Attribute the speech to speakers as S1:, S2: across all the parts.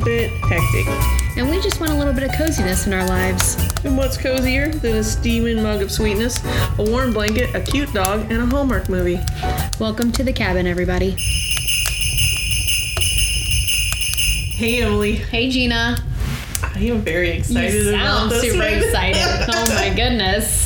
S1: hectic.
S2: And we just want a little bit of coziness in our lives.
S1: And what's cozier than a steaming mug of sweetness, a warm blanket, a cute dog, and a Hallmark movie?
S2: Welcome to the cabin, everybody.
S1: Hey, Emily.
S2: Hey, Gina.
S1: I am very excited
S2: You sound
S1: about this.
S2: super
S1: one.
S2: excited. Oh my goodness.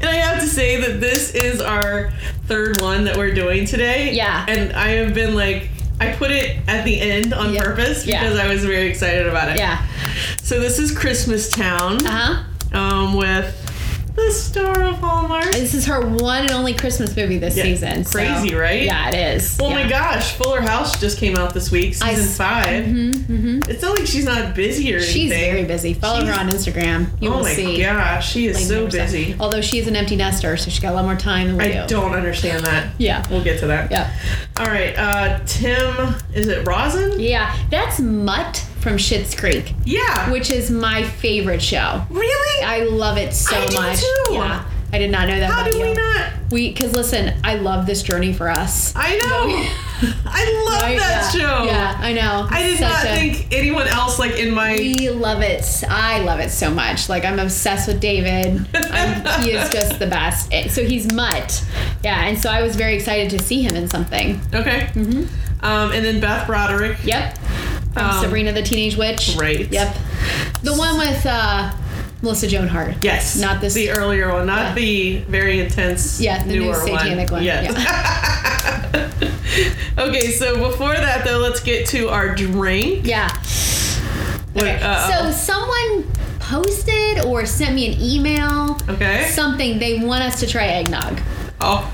S1: And I have to say that this is our third one that we're doing today.
S2: Yeah.
S1: And I have been like, I put it at the end on
S2: Yeah.
S1: purpose
S2: Yeah.
S1: because I was very excited about it.
S2: Yeah.
S1: So this is Christmas Town
S2: Uh huh.
S1: um, with the star of Hallmark.
S2: This is her one and only Christmas movie this
S1: Yeah.
S2: season. so-
S1: Crazy, right?
S2: Yeah, it is.
S1: Oh
S2: yeah.
S1: my gosh, Fuller House just came out this week,
S2: I
S1: season
S2: s-
S1: 5
S2: Mm-hmm, mm-hmm.
S1: It's not like she's not busy or
S2: She's
S1: anything.
S2: very busy. Follow her
S1: She's-
S2: on Instagram. You
S1: oh
S2: will
S1: my
S2: see.
S1: gosh, she is
S2: Like,
S1: so
S2: 100%.
S1: busy.
S2: Although she is an empty nester, so she's got a lot more time than we
S1: I don't understand that.
S2: Yeah.
S1: We'll get to that.
S2: Yeah.
S1: All right, uh, Tim, is it Rosin?
S2: Yeah. That's Mutt from Schitt's Creek,
S1: Yeah.
S2: which is my favorite show.
S1: really?
S2: I love it so
S1: I do
S2: much.
S1: too.
S2: Yeah. I did not know that
S1: How
S2: about
S1: did
S2: you.
S1: we not?
S2: We, because listen, I love this journey for us.
S1: I know. I love
S2: Right?
S1: that
S2: Yeah.
S1: show.
S2: Yeah, I know.
S1: I did
S2: Such
S1: not
S2: a-
S1: think anyone else like in my.
S2: We love it. s- I love it so much. Like I'm obsessed with David. I'm, he is just the best. It- So he's Mutt. Yeah, and so I was very excited to see him in something.
S1: Okay. Mm-hmm. Um, and then Beth Broderick.
S2: Yep. From
S1: Um,
S2: Sabrina the Teenage Witch.
S1: right.
S2: Yep. The one with uh, Melissa Joan Hart.
S1: Yes.
S2: Not this-
S1: The earlier one, not
S2: Yeah.
S1: the very intense.
S2: Yeah, the new
S1: newer
S2: satanic one.
S1: Yes. okay, so before that though, let's get to our drink.
S2: Yeah.
S1: What-
S2: Okay.
S1: uh, uh-oh.
S2: So someone posted or sent me an email.
S1: okay.
S2: Something they want us to try eggnog.
S1: oh.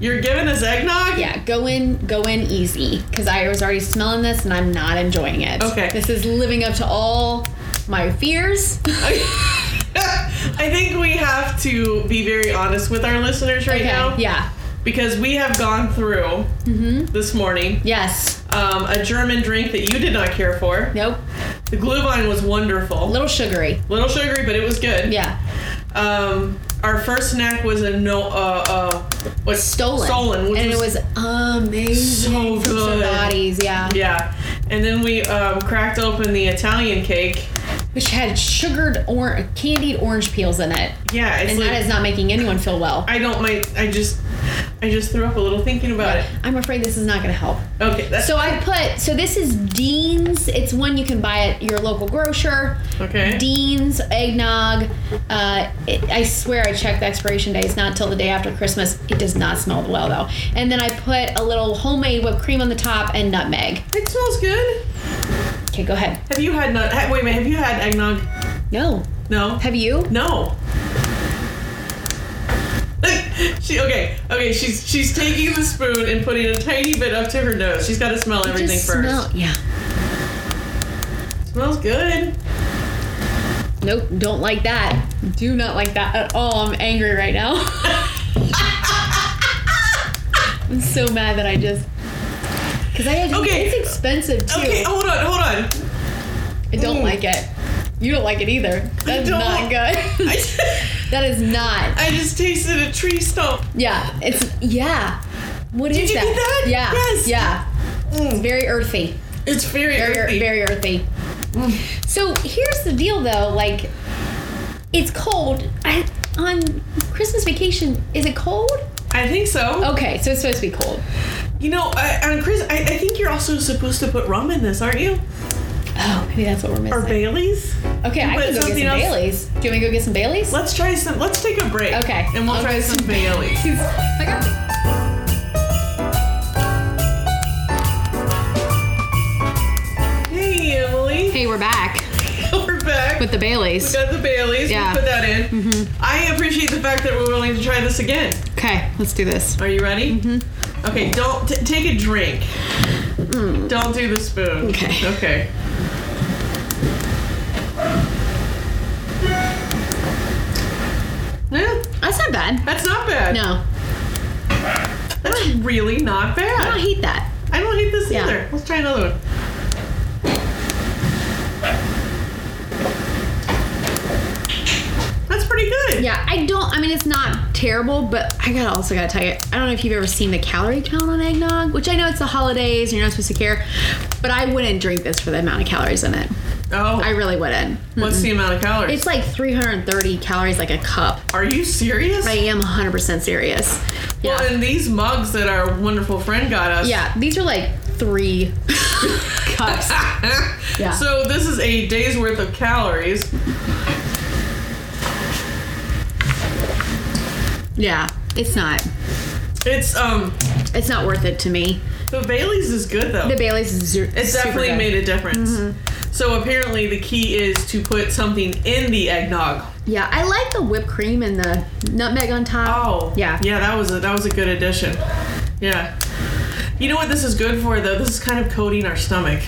S1: You're giving us eggnog?
S2: Yeah, go in, go in easy, because I was already smelling this and I'm not enjoying it.
S1: Okay.
S2: This is living up to all my fears.
S1: I think we have to be very honest with our listeners right
S2: Okay.
S1: now
S2: Yeah. Mm-hmm.
S1: because we have gone through this morning
S2: Yes.
S1: um, a German drink that you did not care for.
S2: Nope.
S1: The Glühwein was wonderful,
S2: A
S1: little,
S2: little sugary.
S1: sugary, but it was good.
S2: Yeah.
S1: Um, our first snack was a no, uh, uh, what's
S2: Stolen.
S1: stolen, which
S2: and
S1: was,
S2: it was amazing.
S1: so
S2: From
S1: good.
S2: Bodies. Yeah.
S1: yeah. And then we um, cracked open the Italian cake.
S2: Which had sugared or candied orange peels in it,
S1: Yeah, it's
S2: and
S1: like
S2: that is not making anyone feel well.
S1: I don't my I just I just threw up a little thinking about it.
S2: I'm afraid this is not going to help.
S1: Okay, that's
S2: So I put so this is Dean's. It's one you can buy at your local grocer.
S1: okay.
S2: Dean's eggnog. Uh, it, I swear I checked the expiration date. It's not till the day after Christmas. It does not smell well though. And then I put a little homemade whipped cream on the top and nutmeg.
S1: It smells good.
S2: Okay, go ahead.
S1: Have you had nut? ha- Wait a minute. Have you had eggnog?
S2: No,
S1: No.
S2: have you?
S1: No. she okay. Okay. She's she's taking the spoon and putting a tiny bit up to her nose. She's got to smell
S2: It
S1: everything
S2: just
S1: first.
S2: smell- yeah.
S1: Smells good.
S2: Nope. Don't like that. Do not like that at all. I'm angry right now. I'm so mad that I just. Cause I had.
S1: Okay.
S2: It's expensive too.
S1: Okay. Hold on. Hold on.
S2: I don't
S1: Mm.
S2: like it. You don't like it either. That's
S1: don't.
S2: not good.
S1: I,
S2: that is not.
S1: I just tasted a tree stump.
S2: Yeah, it's yeah. What is
S1: you
S2: that?
S1: get that?
S2: Yeah.
S1: Yes.
S2: Yeah.
S1: Mm.
S2: Very earthy.
S1: It's very
S2: Very earthy.
S1: earthy.
S2: very earthy. So here's the deal though, like it's cold. I, on Christmas vacation, is it cold?
S1: I think so.
S2: Okay, so it's supposed to be cold.
S1: You know, I, and Chris, I, I think you're also supposed to put rum in this, aren't you?
S2: Oh, maybe that's what we're
S1: Or
S2: missing.
S1: Bailey's?
S2: okay, I
S1: but
S2: can go get some
S1: something else-
S2: Baileys. Do you want me to go get some Baileys?
S1: Let's try some. Let's take a break.
S2: Okay.
S1: And we'll
S2: I'll
S1: try
S2: get
S1: some Bailey's.
S2: I got
S1: Hey, Emily.
S2: Hey, we're back
S1: We're back.
S2: with the
S1: we
S2: Baileys.
S1: got the Baileys.
S2: Yeah. Mm-hmm.
S1: We put that in. I appreciate the fact that we're willing to try this again.
S2: Okay, let's do this.
S1: Are you ready? Mm-hmm. Okay. Don't t- take a drink. Don't do the
S2: Mm.
S1: spoon.
S2: Okay.
S1: Okay. Yeah,
S2: That's not bad.
S1: that's not bad.
S2: No,
S1: That's really not
S2: I
S1: bad.
S2: don't hate that.
S1: I don't hate this
S2: Yeah.
S1: either. Let's try another one. That's pretty good.
S2: Yeah, I don't. I mean, it's not terrible, but I gotta also gotta tell you, I don't know if you've ever seen the calorie count on eggnog, which I know it's the holidays and you're not supposed to care, but I wouldn't drink this for the amount of calories in it.
S1: Oh,
S2: I really wouldn't.
S1: what's the amount of calories?
S2: It's like 330 calories, like a cup.
S1: Are you serious?
S2: I am 100% serious. Yeah,
S1: Well, and these mugs that our wonderful friend got us.
S2: yeah. These are like three cups. Yeah.
S1: So this is a day's worth of calories.
S2: Yeah, it's not.
S1: It's um
S2: It's not worth it to me.
S1: the Bailey's is good though.
S2: The Bailey's is zu-
S1: It's
S2: super
S1: definitely
S2: good. Mm-hmm.
S1: made a difference. So apparently the key is to put something in the eggnog.
S2: Yeah, I like the whipped cream and the nutmeg on top.
S1: Oh.
S2: Yeah.
S1: Yeah, that was a that was a good addition. Yeah. You know what this is good for though? This is kind of coating our stomach.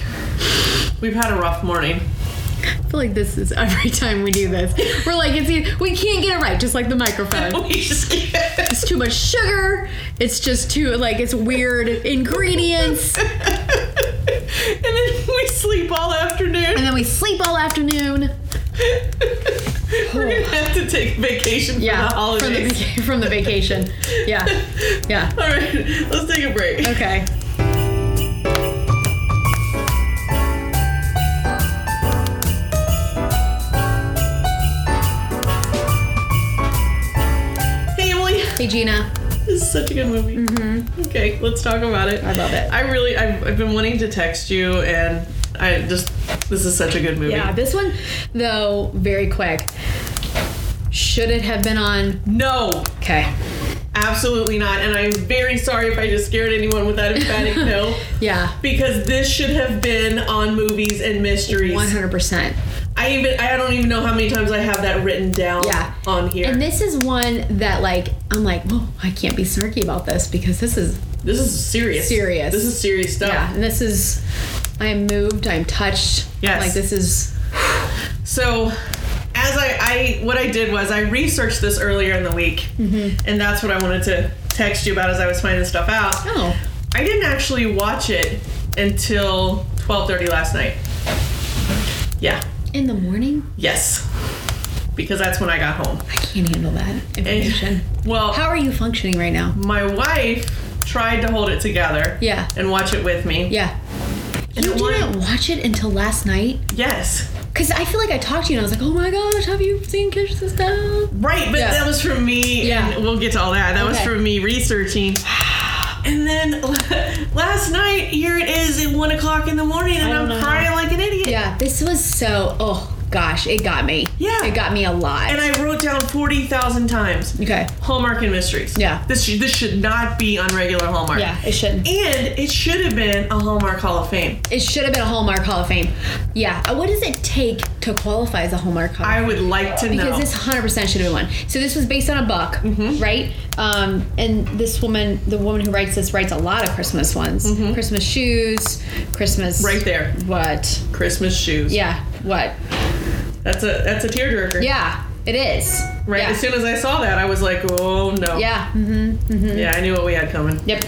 S1: We've had a rough morning.
S2: I feel like this is every time we do this. We're like, it's e- we can't get it right, just like the microphone.
S1: We just can't.
S2: It's too much sugar. It's just too like it's weird ingredients,
S1: and then we sleep all
S2: and
S1: afternoon.
S2: then we sleep all afternoon.
S1: We're gonna have to take vacation
S2: Yeah, from
S1: for the
S2: the
S1: holidays.
S2: vaca- from the vacation. Yeah, yeah.
S1: All right, let's take a break.
S2: Okay.
S1: Hey, Emily,
S2: Hey Gina.
S1: this is such a good movie. Okay, let's talk about it.
S2: Mm-hmm. I love it.
S1: I really, I've, I've been wanting to text you, and I just, this is such a good movie.
S2: Yeah, this one though very quick. Should it have been on?
S1: No,
S2: Okay.
S1: absolutely not. And I'm very sorry if I just scared anyone with that emphatic no,
S2: Yeah.
S1: because this should have been on movies and mysteries.
S2: One hundred percent.
S1: I even, I don't even know how many times I have that written down
S2: Yeah.
S1: on here.
S2: And this is one that like I'm like, whoa, I can't be snarky about this because this is
S1: this is serious.
S2: Serious.
S1: This is serious stuff.
S2: yeah, and this is I am moved, I'm touched.
S1: Yes.
S2: Like this is
S1: So, as I, I what I did was I researched this earlier in the week, and that's what I wanted to text you about as I was finding stuff out.
S2: oh.
S1: I didn't actually watch it until twelve thirty last night. Yeah.
S2: In the morning?
S1: Yes. Because that's when I got home.
S2: I can't handle that information.
S1: And, well,
S2: How are you functioning right now?
S1: my wife tried to hold it together.
S2: Yeah.
S1: And watch it with me.
S2: Yeah.
S1: And
S2: You
S1: it won-
S2: didn't watch it until last night?
S1: Yes.
S2: Cause I feel like I talked to you and I was like, oh my gosh, have you seen Kiss This Down?
S1: Right, but
S2: Yeah.
S1: that was from me.
S2: Yeah.
S1: And we'll get to all that. That was
S2: Okay.
S1: from me researching. And then last night, here it is at one o'clock in the morning, and
S2: I
S1: I'm
S2: don't know.
S1: crying like an idiot.
S2: Yeah, this was so oh gosh, it got me.
S1: Yeah.
S2: It got me a lot.
S1: And I wrote down forty thousand times
S2: okay.
S1: Hallmark and mysteries.
S2: Yeah.
S1: This should, this should not be on regular Hallmark.
S2: Yeah, it shouldn't.
S1: And it should have been a Hallmark Hall of Fame.
S2: It should have been a Hallmark Hall of Fame. Yeah. uh, What does it take to qualify as a Hallmark Hall?
S1: I would like to know.
S2: because this 100% should have been one. So this was based on a book,
S1: Mm-hmm.
S2: right? Um, and this woman, the woman who writes this, writes a lot of Christmas ones. Christmas shoes, Christmas.
S1: Mm-hmm. right there,
S2: What?
S1: Christmas shoes.
S2: Yeah. What?
S1: That's a that's a tearjerker.
S2: Yeah. It is.
S1: Right.
S2: Yeah.
S1: As soon as I saw that, I was like, oh no.
S2: yeah. mhm,
S1: Yeah. I knew what we had coming.
S2: Yep.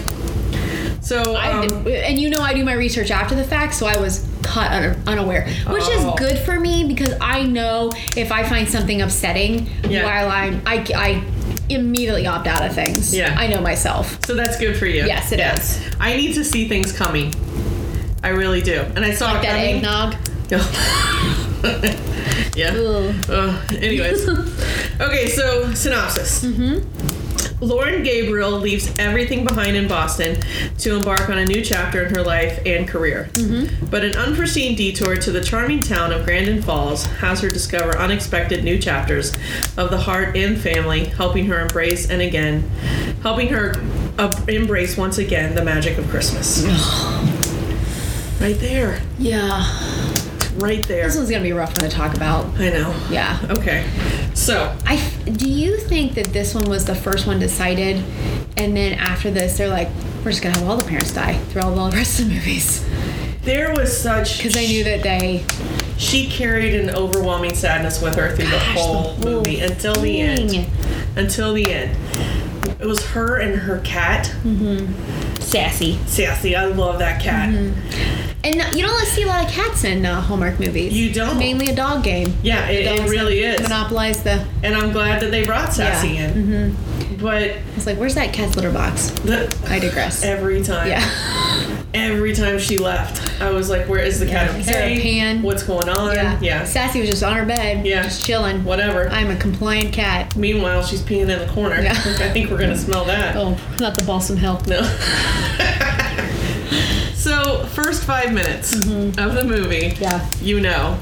S1: So
S2: I-
S1: um,
S2: and you know I do my research after the fact, so I was caught un- unaware, which
S1: Oh.
S2: is good for me because I know if I find something upsetting
S1: Yeah.
S2: while I'm I, I immediately opt out of things.
S1: Yeah.
S2: I know myself.
S1: So that's good for you.
S2: Yes, it is.
S1: I need to see things coming. I really do. And I saw
S2: Like
S1: it
S2: that
S1: coming.
S2: eggnog.
S1: yeah.
S2: Ugh.
S1: Ugh. anyways. okay, so synopsis. Mm-hmm. Lauren Gabriel leaves everything behind in Boston to embark on a new chapter in her life and career. But an unforeseen detour to the charming town of Grandin Falls has her discover unexpected new chapters of the heart and family, helping her embrace and again, helping her uh, embrace once again the magic of Christmas. right there.
S2: Yeah.
S1: Right there.
S2: This one's gonna be a rough one to talk about.
S1: I know.
S2: Yeah.
S1: Okay. So,
S2: I f- do you think that this one was the first one decided, and then after this they're like, we're just gonna have all the parents die through all the rest of the movies
S1: There was such
S2: because I knew that they.
S1: she carried an overwhelming sadness with her through the
S2: Gosh, the
S1: whole
S2: whole
S1: movie until the end.
S2: thing.
S1: Until the end, it was
S2: Hmm.
S1: her and her cat
S2: Sassy. Mm-hmm.
S1: Sassy. I love that cat.
S2: And uh, you don't see a lot of cats in uh, Hallmark movies.
S1: You don't.
S2: Mainly a dog game.
S1: Yeah, it, it
S2: Dogs
S1: really is.
S2: Monopolize the.
S1: And I'm glad that they brought Sassy
S2: Yeah.
S1: in. But
S2: It's like, where's that cat's litter box?
S1: the,
S2: I digress.
S1: every time,
S2: yeah.
S1: every time she left, I was like, "Where is the cat?
S2: Yeah.
S1: Okay?
S2: Is there a pan?
S1: What's going on?
S2: yeah.
S1: yeah.
S2: Sassy was just on her bed.
S1: Yeah.
S2: Just chilling.
S1: whatever."
S2: I'm a compliant cat.
S1: Meanwhile, she's peeing in the corner.
S2: Yeah.
S1: I think we're gonna smell that.
S2: Oh, not the balsam hill.
S1: No. so, first five minutes of the movie,
S2: Mm-hmm. Yeah.
S1: you know,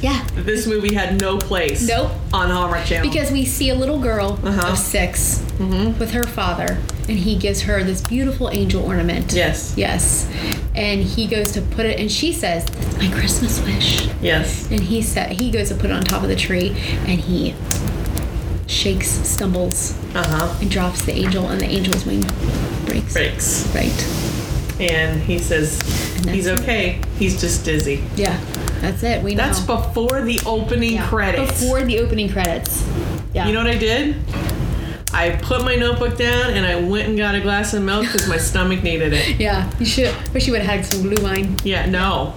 S2: Yeah.
S1: that this movie had no place
S2: Nope.
S1: on Hallmark Channel.
S2: Because we see a little girl
S1: Uh-huh.
S2: of 6 with her father, and he gives her this beautiful angel ornament.
S1: yes,
S2: Yes. And he goes to put it, and she says, That's my Christmas wish.
S1: yes.
S2: And he said he goes to put it on top of the tree, and he shakes, stumbles,
S1: Uh huh.
S2: and drops the angel, and the angel's wing breaks.
S1: Breaks.
S2: Right.
S1: And he says,
S2: And
S1: he's
S2: that's it.
S1: okay. He's just dizzy.
S2: Yeah. That's it. We know.
S1: That's before the opening
S2: Yeah.
S1: credits.
S2: Before the opening credits. Yeah.
S1: You know what I did? I put my notebook down and I went and got a glass of milk because my stomach needed it.
S2: Yeah. You should. Wish you would have had some blue wine.
S1: Yeah, no.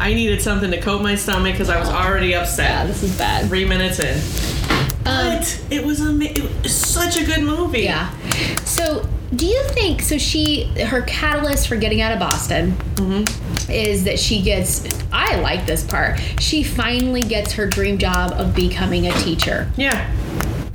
S1: I needed something to coat my stomach because I was already
S2: Oh. Yeah.
S1: upset.
S2: This is bad.
S1: Three minutes in.
S2: Um,
S1: But it was ama- it was such a good movie.
S2: Yeah. So, do you think so? She her catalyst for getting out of Boston is that she gets. I like this part. She finally gets her dream job of becoming a teacher.
S1: Yeah.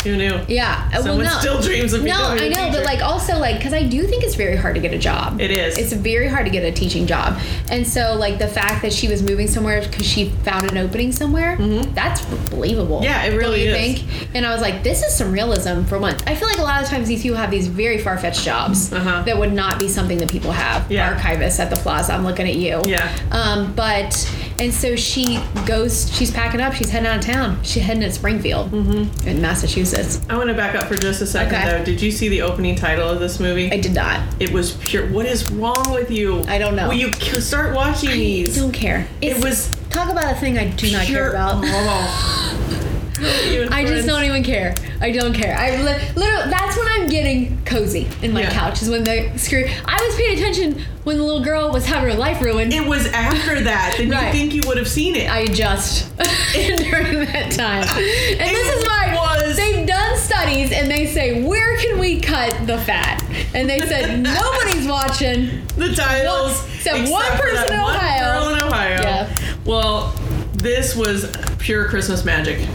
S1: Who knew?
S2: Yeah. uh,
S1: Someone
S2: well, no.
S1: still dreams of
S2: no,
S1: becoming a
S2: I know,
S1: teacher.
S2: but like also like because I do think it's very hard to get a job.
S1: It is.
S2: It's very hard to get a teaching job, and so like the fact that she was moving somewhere because she found an opening somewhere, that's believable.
S1: Mm-hmm. Yeah, it really
S2: Don't you
S1: is.
S2: Think? And I was like, this is some realism for once. I feel like a lot of times these people have these very far fetched jobs
S1: Uh-huh.
S2: that would not be something that people have.
S1: Yeah.
S2: Archivists at the plaza. I'm looking at you.
S1: Yeah.
S2: Um, but and so she goes. She's packing up. She's heading out of town. She's heading to Springfield
S1: Mm-hmm.
S2: in Massachusetts.
S1: I want to back up for just a second
S2: Okay.
S1: though. Did you see the opening title of this movie?
S2: I did not.
S1: it was pure. What is wrong with you?
S2: I don't know.
S1: Will you k- start watching
S2: I
S1: these?
S2: don't care.
S1: It was
S2: talk about a thing I do not care
S1: pure-
S2: about.
S1: Oh.
S2: I just don't even care. I don't care. I li- literally that's when I'm getting cozy in my
S1: Yeah.
S2: couch is when the screw. I was paying attention when the little girl was having her life ruined.
S1: It was after that. Then
S2: Right.
S1: you think you would have seen it?
S2: I adjust during that time, and this is why
S1: was-
S2: they've done studies and they say where can we cut the fat, and they said nobody's watching.
S1: the titles.
S2: One- except one
S1: for
S2: person
S1: that
S2: in
S1: one
S2: Ohio.
S1: girl in Ohio.
S2: Yeah.
S1: Well, this was pure Christmas magic.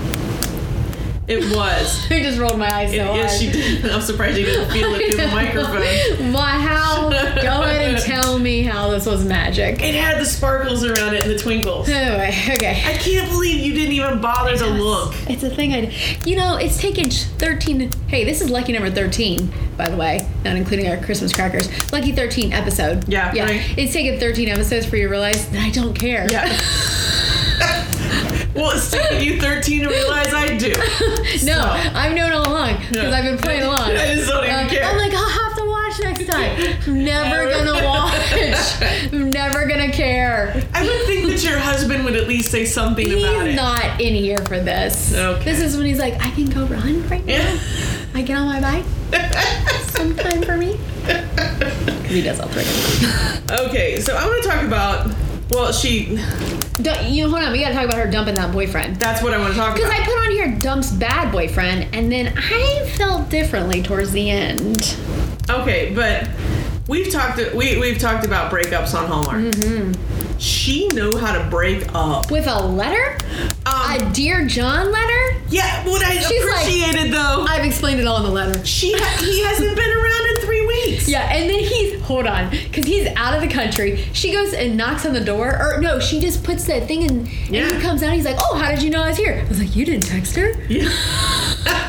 S1: It was.
S2: I just rolled my eyes so hard.
S1: yes, she did. I'm surprised you didn't feel it through the microphone.
S2: My how? Go ahead and tell me how this was magic.
S1: It had the sparkles around it and the twinkles.
S2: Anyway, okay.
S1: I can't believe you didn't even bother to look.
S2: It's a thing I. You know, it's taken 13. Hey, this is lucky number 13, by the way, not including our Christmas crackers. Lucky 13 episode.
S1: Yeah,
S2: Yeah.
S1: right.
S2: It's taken 13 episodes for you to realize that I don't care.
S1: Yeah. well, it's taken you 13 to realize I do.
S2: No,
S1: So-
S2: I've known all along because
S1: Yeah.
S2: I've been playing along.
S1: I just don't even care.
S2: I'm like, "Oh I'll have to watch next time. I'm never gonna watch. I'm never gonna care.
S1: I would think that your husband would at least say something about
S2: He's
S1: it.
S2: not in here for this.
S1: Okay.
S2: This is when he's like, I can go run right now.
S1: Yeah.
S2: I get on my bike. Sometime for me. 'Cause he does all three.
S1: Okay, so I want to talk about. Well, she.
S2: Don't, you know, hold on. We gotta talk about her dumping that boyfriend.
S1: That's what I want to talk
S2: Because
S1: about.
S2: I put on here dumps bad boyfriend, and then I felt differently towards the end.
S1: Okay, but we've talked we we've talked about breakups on Hallmark.
S2: Mm-hmm.
S1: She knew how to break up.
S2: With a letter?
S1: Um,
S2: A Dear John letter?
S1: yeah, what I
S2: She's like-
S1: appreciated though,
S2: I've explained it all in the letter.
S1: she ha- he hasn't been around in three weeks.
S2: Yeah, and then he's hold on, because he's out of the country. She goes and knocks on the door, or no, she just puts that thing in, and
S1: Yeah.
S2: he comes out. He's like, "Oh, how did you know I was here?" I was like, "You didn't text her."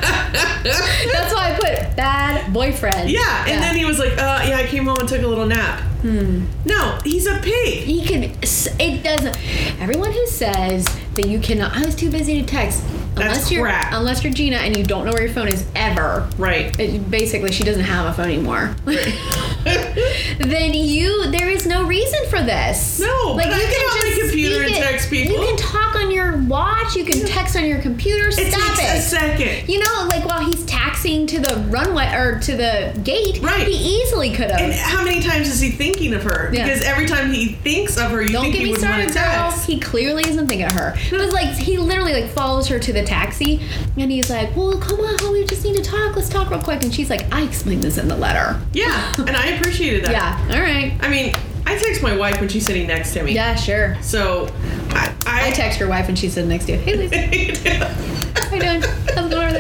S2: That's why I put bad boyfriend.
S1: Yeah, and then he was like, uh, yeah, I came home and took a little nap. No, he's a pig.
S2: Hmm. he can. It doesn't. Everyone who says that you cannot, I was too busy to text. Unless you're
S1: crap.
S2: unless you're Gina and you don't know where your phone is ever.
S1: Right.
S2: It, basically, she doesn't have a phone anymore. then you, there is no reason for this.
S1: No, but I get on my computer
S2: speak
S1: and text people.
S2: You can talk on your watch. You can text on your computer.
S1: it
S2: Stop
S1: takes a
S2: it.
S1: second.
S2: You know, like while he's tax taxing to the runway or to the gate.
S1: Right.
S2: He easily could have.
S1: And how many times is he thinking of her?
S2: Yeah.
S1: Because every time he thinks of her, you
S2: Don't
S1: think
S2: get
S1: he
S2: me
S1: would want
S2: started,
S1: to
S2: girl.
S1: text.
S2: He clearly isn't thinking of her. It was like he literally like follows her to the taxi, and he's like, "Well, come on, we just need to talk. Let's talk real quick." And she's like, "I explained this in the letter."
S1: Yeah, and I appreciated that.
S2: Yeah. All right.
S1: I mean, I text my wife when she's sitting next to me.
S2: Yeah. Sure.
S1: So, I. I,
S2: I text your wife and she's sitting next to you. Hey, Lisa. How you doing? How's it going over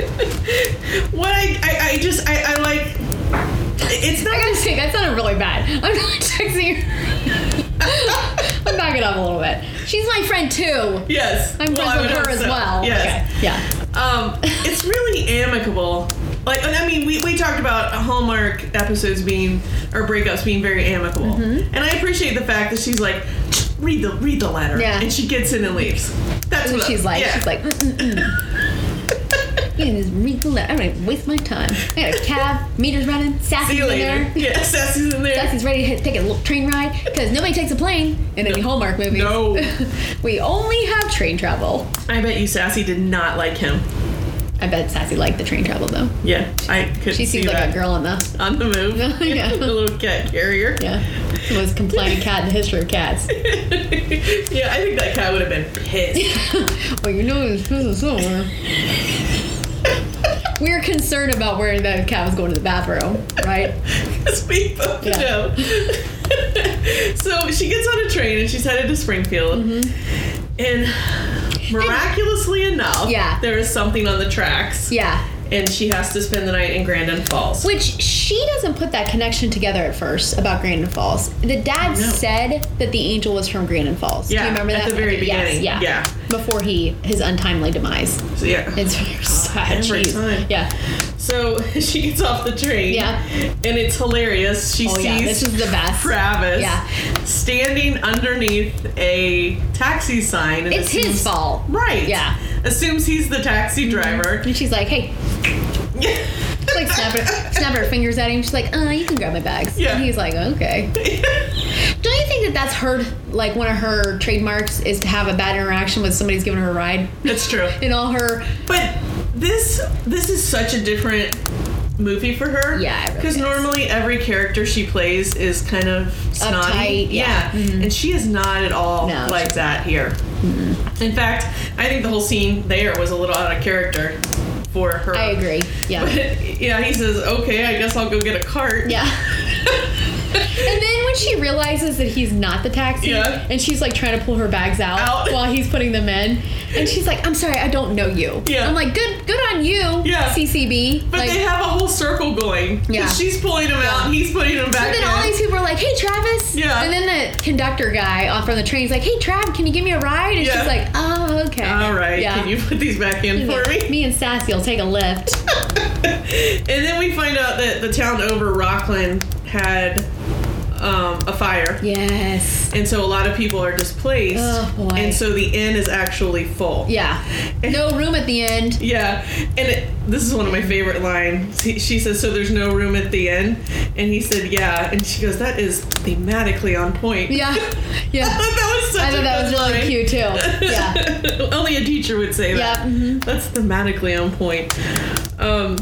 S2: there?
S1: what I, I, I just, I, I like. It's
S2: I
S1: not.
S2: gotta say, that sounded really bad. I'm not texting her. I'm backing up a little bit. She's my friend too.
S1: Yes.
S2: I'm
S1: Well, I
S2: friends with
S1: would
S2: her
S1: hope
S2: as
S1: so.
S2: well.
S1: Yes.
S2: Okay. Yeah.
S1: Um, it's really amicable. Like, and I mean, we, we talked about Hallmark episodes being, or breakups being very amicable.
S2: Mm-hmm.
S1: And I appreciate the fact that she's like, read the read the letter.
S2: Yeah.
S1: And she gets in and leaves. That's
S2: That's
S1: what
S2: what she's like.
S1: yeah.
S2: She's like, mm-mm-mm. you can just read the letter. I'm gonna waste my time. I got a cab, meter's running,
S1: See
S2: Sassy's
S1: you
S2: in
S1: later.
S2: there.
S1: Yeah, Sassy's in there.
S2: Sassy's ready to hit, take a little train ride because nobody takes a plane in any Hallmark movie.
S1: No.
S2: we only have train travel.
S1: I bet you Sassy did not like him.
S2: I bet Sassy liked the train travel though.
S1: Yeah, I could
S2: She
S1: see
S2: seems like
S1: that.
S2: a girl on the
S1: on the move.
S2: Yeah.
S1: a little cat carrier.
S2: yeah. Most compliant cat in the history of cats.
S1: yeah, I think that cat would have been pissed.
S2: well, you know it's supposed to somewhere. We were concerned about where that cat was going to the bathroom, right?
S1: Because we both
S2: Yeah.
S1: know. so she gets on a train and she's headed to Springfield. And miraculously enough,
S2: Mm-hmm. Yeah.
S1: there is something on the tracks.
S2: Yeah.
S1: And she has to spend the night in Grandin Falls.
S2: Which she doesn't put that connection together at first about Grandin Falls. The dad
S1: No.
S2: said that the angel was from Grandin Falls. Do
S1: Yeah,
S2: you remember
S1: at
S2: that?
S1: the very
S2: Yes,
S1: beginning.
S2: yeah.
S1: Yeah.
S2: Before he his untimely demise.
S1: So, yeah.
S2: It's very sad.
S1: every
S2: Jeez.
S1: time.
S2: Yeah.
S1: So she gets off the train.
S2: Yeah.
S1: And it's hilarious. She
S2: Oh
S1: sees
S2: yeah. This is the best.
S1: Travis
S2: Yeah.
S1: standing underneath a taxi sign. And
S2: It's his
S1: assumes-
S2: fault.
S1: Right.
S2: Yeah. Mm-hmm.
S1: Assumes he's the taxi driver.
S2: And she's like, hey, she's like snapping snapping her fingers at him. She's like, uh, you can grab my bags.
S1: Yeah.
S2: And he's like, okay. Don't you think that that's her, like one of her trademarks is to have a bad interaction with somebody's giving her a ride?
S1: That's true.
S2: In all her,
S1: But this this is such a different movie for her.
S2: Yeah, it really
S1: Because
S2: is.
S1: normally every character she plays is kind of snotty.
S2: Uptight, yeah. Mm-hmm.
S1: And she is not at all
S2: No,
S1: like
S2: she's Mm-hmm.
S1: that here. In fact, I think the whole scene there was a little out of character for her.
S2: I agree. Yeah.
S1: But, yeah, he says, "Okay, I guess I'll go get a cart."
S2: Yeah. and then when she realizes that he's not the taxi,
S1: Yeah.
S2: and she's like trying to pull her bags out,
S1: Out.
S2: while he's putting them in, and she's like, "I'm sorry, I don't know you."
S1: Yeah.
S2: I'm like, "Good, good on you,
S1: Yeah.
S2: CCB."
S1: But
S2: like,
S1: they have a whole circle going. 'Cause
S2: Yeah.
S1: She's pulling him out,
S2: Yeah.
S1: and he's putting him back
S2: But then
S1: in.
S2: all these people are like, "Hey, Travis!"
S1: Yeah.
S2: And then the conductor guy off from the train is like, "Hey, Trav, can you give me a ride?" And
S1: Yeah.
S2: she's like, "Oh, okay.
S1: all right, can you put these back in
S2: He's like,
S1: for me?
S2: Me and Sassy will take a lift.
S1: and then we find out that the town over Rockland had um, a fire.
S2: yes.
S1: And so a lot of people are displaced.
S2: Oh, boy.
S1: And so the inn is actually full.
S2: Yeah. No room at the end.
S1: Yeah, and it, this is one of my favorite lines. He, she says, "So there's no room at the end," and he said, "Yeah," and she goes, "That is thematically on point."
S2: Yeah.
S1: I
S2: Yeah.
S1: thought that was such
S2: I
S1: a
S2: thought that was
S1: good
S2: really
S1: line.
S2: cute too. Yeah.
S1: Only a teacher would say that.
S2: Yeah, mhm.
S1: That's thematically on point. Um,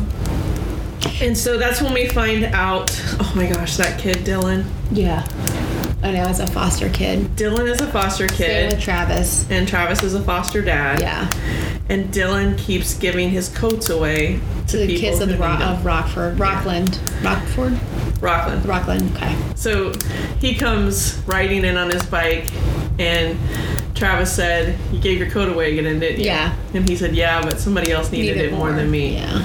S1: and so that's when we find out. Oh my gosh, that kid Dylan.
S2: Yeah. I know. As a foster kid,
S1: Dylan is a foster
S2: Same with
S1: kid,
S2: Travis.
S1: and Travis is a foster dad.
S2: Yeah.
S1: And Dylan keeps giving his coats away to
S2: To the
S1: people
S2: kids of
S1: who
S2: the Ro-
S1: need them.
S2: of Rockford, Rockland, Rockford,
S1: Rockland.
S2: Rockland. Okay.
S1: So he comes riding in on his bike, and Travis said, "You gave your coat away again, didn't you?"
S2: Yeah.
S1: And he said, "Yeah, but somebody else needed,
S2: Needed
S1: it more than me."
S2: Yeah.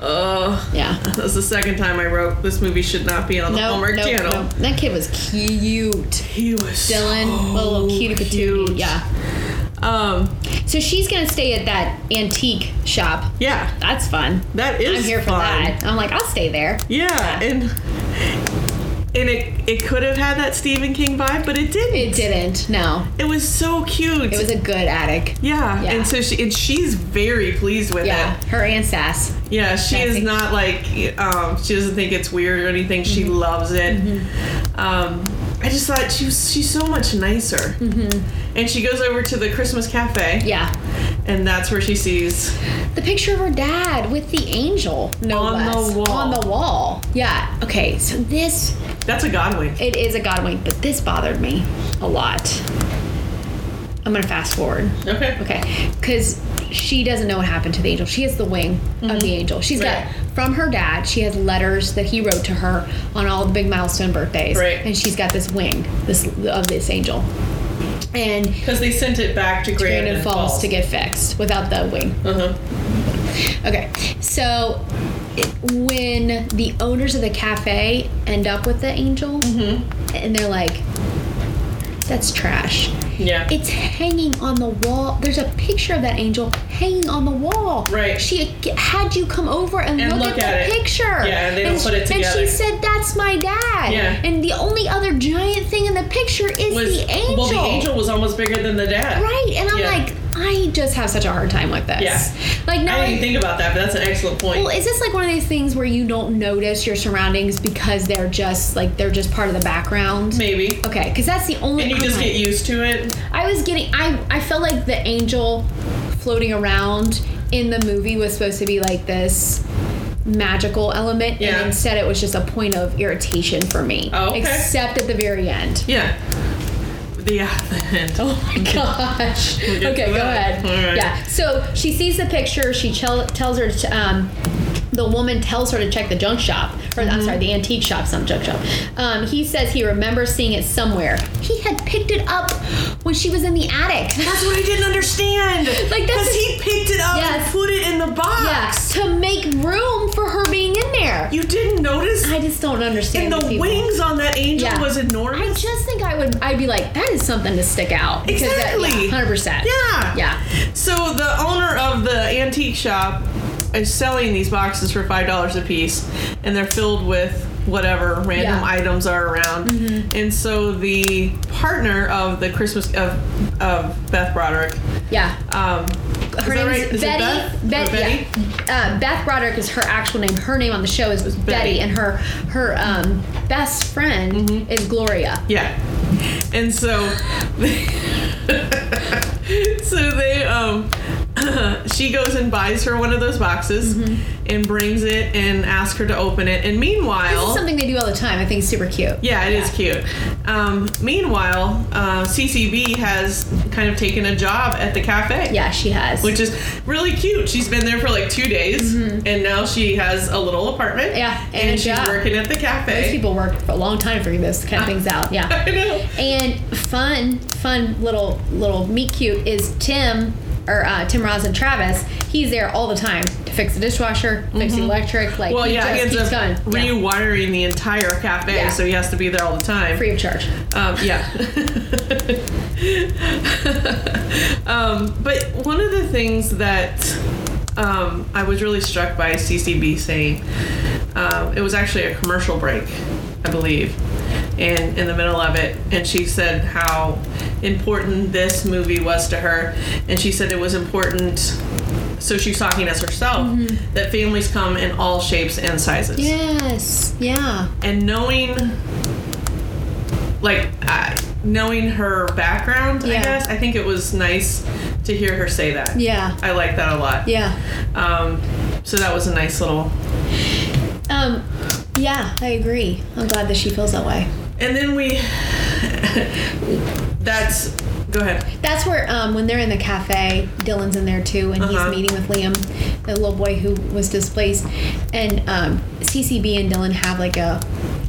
S1: Ugh.
S2: Yeah.
S1: That was the second time I wrote this movie should not be on the Hallmark Channel.
S2: That kid was cute.
S1: He was
S2: Dylan,
S1: so
S2: a little cutie patootie.
S1: Oh, cute.
S2: Yeah.
S1: Um.
S2: So she's gonna stay at that antique shop.
S1: Yeah.
S2: That's fun.
S1: That is.
S2: I'm here for
S1: fun.
S2: that. I'm like, I'll stay there.
S1: Yeah. And and it it could have had that Stephen King vibe, but it didn't.
S2: It didn't. No,
S1: It was so cute.
S2: it was a good attic.
S1: Yeah.
S2: Yeah.
S1: and so she and she's very pleased with
S2: Yeah,
S1: it.
S2: her and Sass.
S1: Yeah, she is
S2: Sassy. Mm-hmm.
S1: not like um, she doesn't think it's weird or anything. She loves it. Um, I just thought she was, she's so much nicer. Mm-hmm. And she goes over to the Christmas cafe,
S2: Yeah.
S1: and that's where she sees.
S2: The picture of her dad with the angel, no
S1: On the
S2: less,
S1: wall.
S2: on the wall. Yeah. Okay. So this
S1: That's a Godwin.
S2: it is a Godwink, but this bothered me a lot. I'm gonna fast forward.
S1: Okay.
S2: Okay, because she doesn't know what happened to the angel. She has the wing of the angel. She's
S1: Mm-hmm. Right.
S2: got from her dad. She has letters that he wrote to her on all the big milestone birthdays,
S1: Right.
S2: and she's got this wing this of this angel, and
S1: Because they sent it back to Grand
S2: Brandon
S1: and
S2: falls, to get fixed without the wing.
S1: Uh-huh.
S2: Okay, so it- when the owners of the cafe end up with the angel,
S1: Mm-hmm.
S2: and they're like, "That's trash."
S1: Yeah.
S2: It's hanging on the wall. There's a picture of that angel hanging on the wall.
S1: Right.
S2: She had you come over and,
S1: And
S2: look,
S1: look
S2: at,
S1: at
S2: the
S1: it.
S2: picture.
S1: Yeah, and they don't put it
S2: And she
S1: together.
S2: said, "That's my dad."
S1: Yeah.
S2: And the only other giant thing in the picture is
S1: Was-
S2: the angel.
S1: Well, the angel was almost bigger than the dad.
S2: Right. And I'm
S1: Yeah.
S2: like, I just have such a hard time with this.
S1: Yeah.
S2: Like now.
S1: I didn't think about that, but that's an excellent point.
S2: Well, is this like one of these things where you don't notice your surroundings because they're just like they're just part of the background?
S1: Maybe.
S2: Okay, because that's the only.
S1: And you just
S2: comment.
S1: get used to it.
S2: I was getting I I felt like the angel floating around in the movie was supposed to be like this magical element
S1: Yeah.
S2: and instead it was just a point of irritation for me.
S1: Oh, okay.
S2: Except at the very end.
S1: Yeah. The end.
S2: Oh my gosh.
S1: We'll get
S2: okay,
S1: to
S2: go
S1: that.
S2: ahead.
S1: All right.
S2: Yeah. So she sees the picture. She chel- tells her to, um, the woman tells her to check the junk shop, or I'm sorry, the antique shop, some junk shop. Um, he says he remembers seeing it somewhere. He had picked it up when she was in the attic.
S1: That's what I didn't understand.
S2: Like, that's
S1: because
S2: just-
S1: he picked it up
S2: Yes.
S1: and put it in the
S2: Yeah,
S1: box.
S2: to make room for her being in there.
S1: You didn't notice?
S2: I just don't understand.
S1: and the
S2: these people.
S1: wings on that angel
S2: Yeah.
S1: was
S2: I
S1: enormous.
S2: just think I would. I'd be like, that is something to stick out. Because that-
S1: Exactly.
S2: yeah, 100%.
S1: Yeah.
S2: Yeah.
S1: So the owner of the antique shop is selling these boxes for five dollars a piece, and they're filled with whatever random
S2: Yeah. Mm-hmm.
S1: items are around. And so the partner of the Christmas of of Beth Broderick,
S2: Yeah.
S1: um,
S2: Her name
S1: right?
S2: is
S1: it
S2: Betty.
S1: Beth?
S2: Bet-
S1: Or Betty?
S2: yeah. Uh, Beth Broderick is her actual name. Her name on the show is Betty,
S1: Betty.
S2: and her her um, best friend
S1: Mm-hmm.
S2: is Gloria.
S1: Yeah. And so so they um she goes and buys her one of those boxes
S2: Mm-hmm.
S1: and brings it and asks her to open it. And
S2: This
S1: meanwhile
S2: is something they do all the time. I think it's super cute.
S1: Oh. yeah, it is cute. Um, meanwhile, uh, CCB has kind of taken a job at the cafe.
S2: Yeah, she has.
S1: Which is really cute. She's been there for like two days, and now she has a little apartment.
S2: Mm-hmm. Yeah, and
S1: and,
S2: a
S1: she's
S2: job.
S1: working at the cafe.
S2: Most people work for a long time figuring those kind of things out. Yeah.
S1: I know.
S2: And fun, fun little little meet cute is Tim or uh, Tim Ross and Travis. He's there all the time to fix the dishwasher, fix the electric. Like
S1: Mm-hmm. Well,
S2: he
S1: yeah, he
S2: just
S1: ends
S2: keeps
S1: up
S2: going. Yeah.
S1: rewiring the entire cafe,
S2: Yeah.
S1: so he has to be there all the time.
S2: free of charge.
S1: Um, yeah. um, but one of the things that um, I was really struck by CCB saying, um, it was actually a commercial break, I believe, and in the middle of it, and she said how important this movie was to her, and she said it was important. So she's talking as herself that families come in all shapes and sizes
S2: Yes. Yeah.
S1: and knowing like I knowing her background i
S2: Yeah.
S1: guess i think it was nice to hear her say that
S2: Yeah.
S1: i like that a lot
S2: Yeah.
S1: um, so that was a nice little
S2: Um. Yeah, I agree. I'm glad that she feels that way.
S1: and then we that's go ahead
S2: That's where, um, when they're in the cafe, Dylan's in there too, and
S1: Uh-huh.
S2: he's meeting with Liam, the little boy who was displaced, and um, CCB and Dylan have like a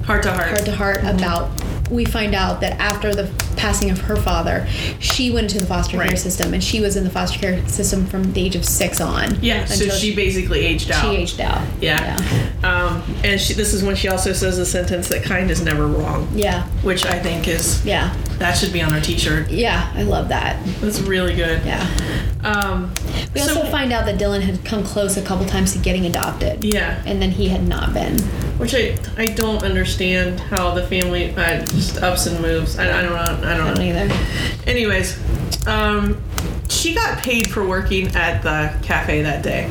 S1: heart to heart
S2: heart to heart
S1: Mm-hmm.
S2: about. We find out that after the passing of her father, she went into the foster care
S1: Right.
S2: system, and she was in the foster care system from the age of six on.
S1: yeah so
S2: until
S1: she basically aged out
S2: she aged out.
S1: yeah, Um, and she, this is when she also says the sentence that kind is never wrong
S2: Yeah.
S1: which i think is
S2: Yeah.
S1: that should be on our t-shirt
S2: Yeah. Yeah. I love that.
S1: that's really good
S2: Yeah.
S1: um,
S2: We
S1: so-
S2: also find out that Dylan had come close a couple times to getting adopted.
S1: yeah
S2: And then he had not been.
S1: Which I, I don't understand how the family uh, just ups and moves. I, I don't know. I
S2: I
S1: don't
S2: don't
S1: know.
S2: either.
S1: Anyways, um, she got paid for working at the cafe that day.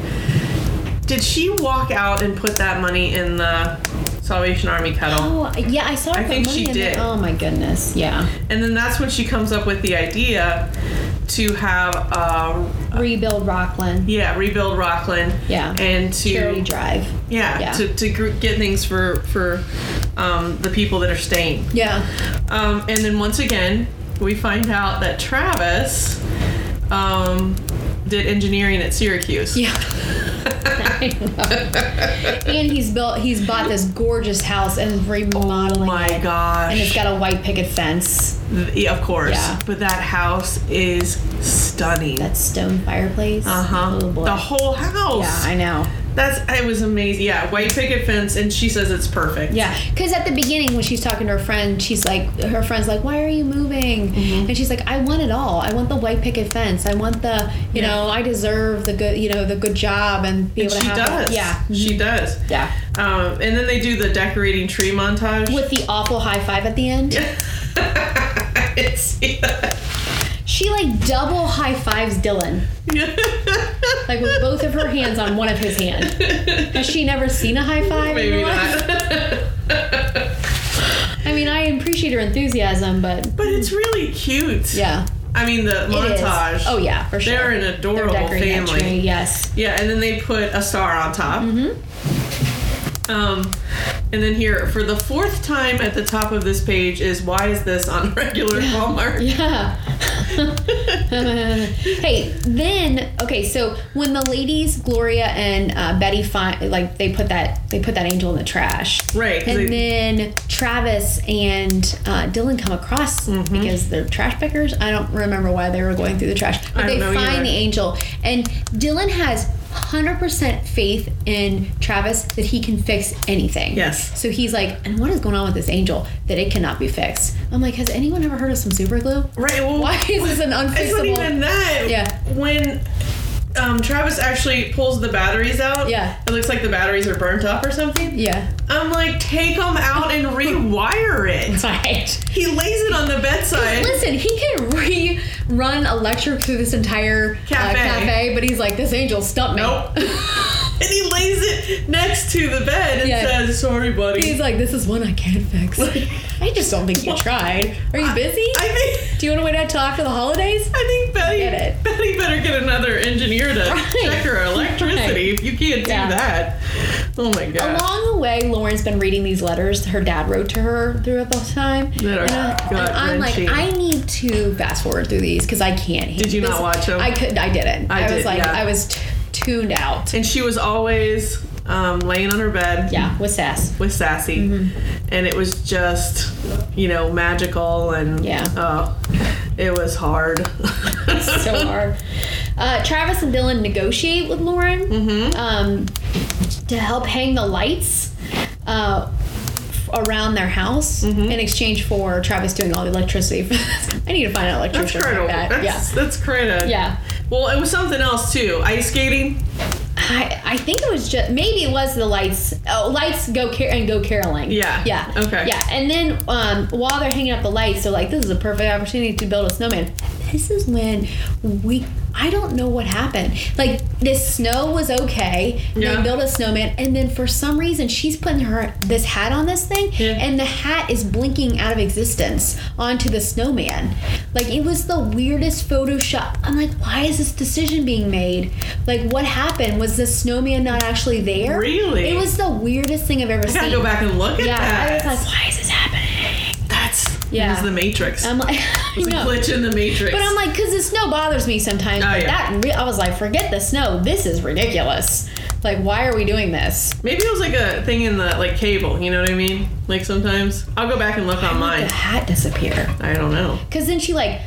S1: Did she walk out and put that money in the Salvation Army kettle?
S2: Oh, yeah, I saw. her
S1: I
S2: put
S1: think
S2: money
S1: she
S2: in there.
S1: did.
S2: Oh my goodness, yeah.
S1: And then that's when she comes up with the idea to have uh,
S2: Rebuild Rockland.
S1: yeah rebuild Rockland.
S2: Yeah.
S1: And to
S2: Charity drive.
S1: yeah,
S2: Yeah.
S1: to to gr- get things for for um, the people that are staying.
S2: Yeah.
S1: Um, and then once again, we find out that Travis um, did engineering at Syracuse.
S2: Yeah. I know. and he's built. He's bought this gorgeous house and remodeling.
S1: Oh My
S2: it. And it's
S1: gosh.
S2: got a white picket fence.
S1: Yeah, of course.
S2: Yeah.
S1: But that house is stunning.
S2: That stone fireplace.
S1: Uh huh.
S2: Oh boy.
S1: The whole house.
S2: yeah, I know.
S1: That's it was amazing. Yeah, white picket fence, and she says it's perfect.
S2: Yeah, because at the beginning when she's talking to her friend, she's like, her friend's like, "Why are you moving?"
S1: Mm-hmm.
S2: And she's like, "I want it all. I want the white picket fence. I want the, you know, I deserve the good, you know, the good job and be
S1: And
S2: able
S1: she
S2: to have."
S1: does.
S2: It. Yeah, Mm-hmm.
S1: she does.
S2: yeah.
S1: Um, and then they do the decorating tree montage.
S2: With the awful high five at the end,
S1: I didn't see that.
S2: she like double high fives Dylan, like with both of her hands on one of his hand. Has she never seen a high five? in
S1: Maybe
S2: her life?
S1: not.
S2: I mean, I appreciate her enthusiasm, but
S1: But it's really cute.
S2: yeah,
S1: I mean the
S2: it is.
S1: montage.
S2: Oh yeah, for sure.
S1: They're an adorable
S2: decorating that
S1: family.
S2: tree, yes.
S1: Yeah, and then they put a star on top. Mm-hmm.
S2: Mm-hmm.
S1: Um, and then here for the fourth time at the top of this page is why is this on regular Walmart?
S2: Yeah. hey, then okay, so when the ladies Gloria and uh, Betty find like they put that they put that angel in the trash,
S1: Right, 'cause
S2: And
S1: they-
S2: then Travis and uh, Dylan come across
S1: Mm-hmm.
S2: because they're trash pickers. I don't remember why they were going through the trash, but
S1: I
S2: they
S1: don't know
S2: find
S1: either.
S2: the angel, and Dylan has. 100% faith in Travis that he can fix anything.
S1: Yes.
S2: So he's like, and what is going on with this angel that it cannot be fixed? I'm like, has anyone ever heard of some super glue?
S1: Right. Well,
S2: Why is this an unfixable?
S1: It's not even that.
S2: Yeah.
S1: When um, Travis actually pulls the batteries out.
S2: Yeah.
S1: It looks like the batteries are burnt up or something.
S2: Yeah.
S1: I'm like, take them out and rewire it.
S2: Right.
S1: He lays it on the bedside.
S2: Listen, he can rerun a lecture through this entire Uh,
S1: Cafe.
S2: cafe, but he's like, this angel stumped me.
S1: Nope. and he lays it next to the bed and
S2: Yeah.
S1: says, "Sorry, buddy."
S2: He's like, this is one I can fix. I just don't think you tried. Are you busy?
S1: I think
S2: Do you want to wait out till after the holidays?
S1: I think Betty
S2: Get it.
S1: Betty better get another engineer to
S2: Right.
S1: check her electricity if you can't do
S2: Yeah.
S1: that. Oh my god.
S2: Along the way, Lauren's been reading these letters her dad wrote to her throughout the time.
S1: That are
S2: and, I- and I'm like,
S1: gut-wrenching.
S2: I need to fast forward through these because I can't.
S1: Did you not watch 'em?
S2: I could. I didn't.
S1: I
S2: I, was
S1: did,
S2: like,
S1: yeah.
S2: I was t- tuned out.
S1: and she was always um, laying on her bed
S2: Yeah, Mm-hmm. with sass.
S1: with Sassy, and it was just you know magical and
S2: Yeah.
S1: Oh, it was hard.
S2: so hard. Uh, Travis and Dylan negotiate with Lauren
S1: Mm-hmm.
S2: um, to help hang the lights uh, f- around their house
S1: Mm-hmm.
S2: in exchange for Travis doing all the electricity. I need to find an
S1: That's
S2: electrician
S1: quite a
S2: like that.
S1: that's,
S2: Yeah.
S1: that's quite a
S2: Yeah.
S1: Well, it was something else too. Ice skating.
S2: I, I think it was just maybe it was the lights. Oh, lights go car- and go caroling.
S1: Yeah.
S2: Yeah.
S1: Okay.
S2: Yeah. And then um, while they're hanging up the lights, they're like, "This is a perfect opportunity to build a snowman." This is when we. I don't know what happened. Like this snow was okay.
S1: Yeah.
S2: They built a snowman, and then for some reason she's putting her this hat on this thing,
S1: Yeah.
S2: and the hat is blinking out of existence onto the snowman. Like it was the weirdest Photoshop. I'm like, why is this decision being made? Like, what happened? Was the snowman not actually there?
S1: Really?
S2: It was the weirdest thing I've ever
S1: I
S2: seen.
S1: gotta go back and look at
S2: Yeah, I was
S1: that.
S2: like, why is this happening?
S1: that's
S2: Yeah.
S1: it was the Matrix.
S2: I'm like,
S1: It
S2: I
S1: was a
S2: know.
S1: glitch in the Matrix.
S2: But I'm like, because the snow bothers me sometimes.
S1: Oh,
S2: but
S1: yeah.
S2: that re- I was like, forget the snow. This is ridiculous. Like, why are we doing this?
S1: Maybe it was like a thing in the like cable. You know what I mean? Like sometimes I'll go back and look on
S2: The
S1: mine.
S2: hat disappeared.
S1: I don't know.
S2: Because then she like,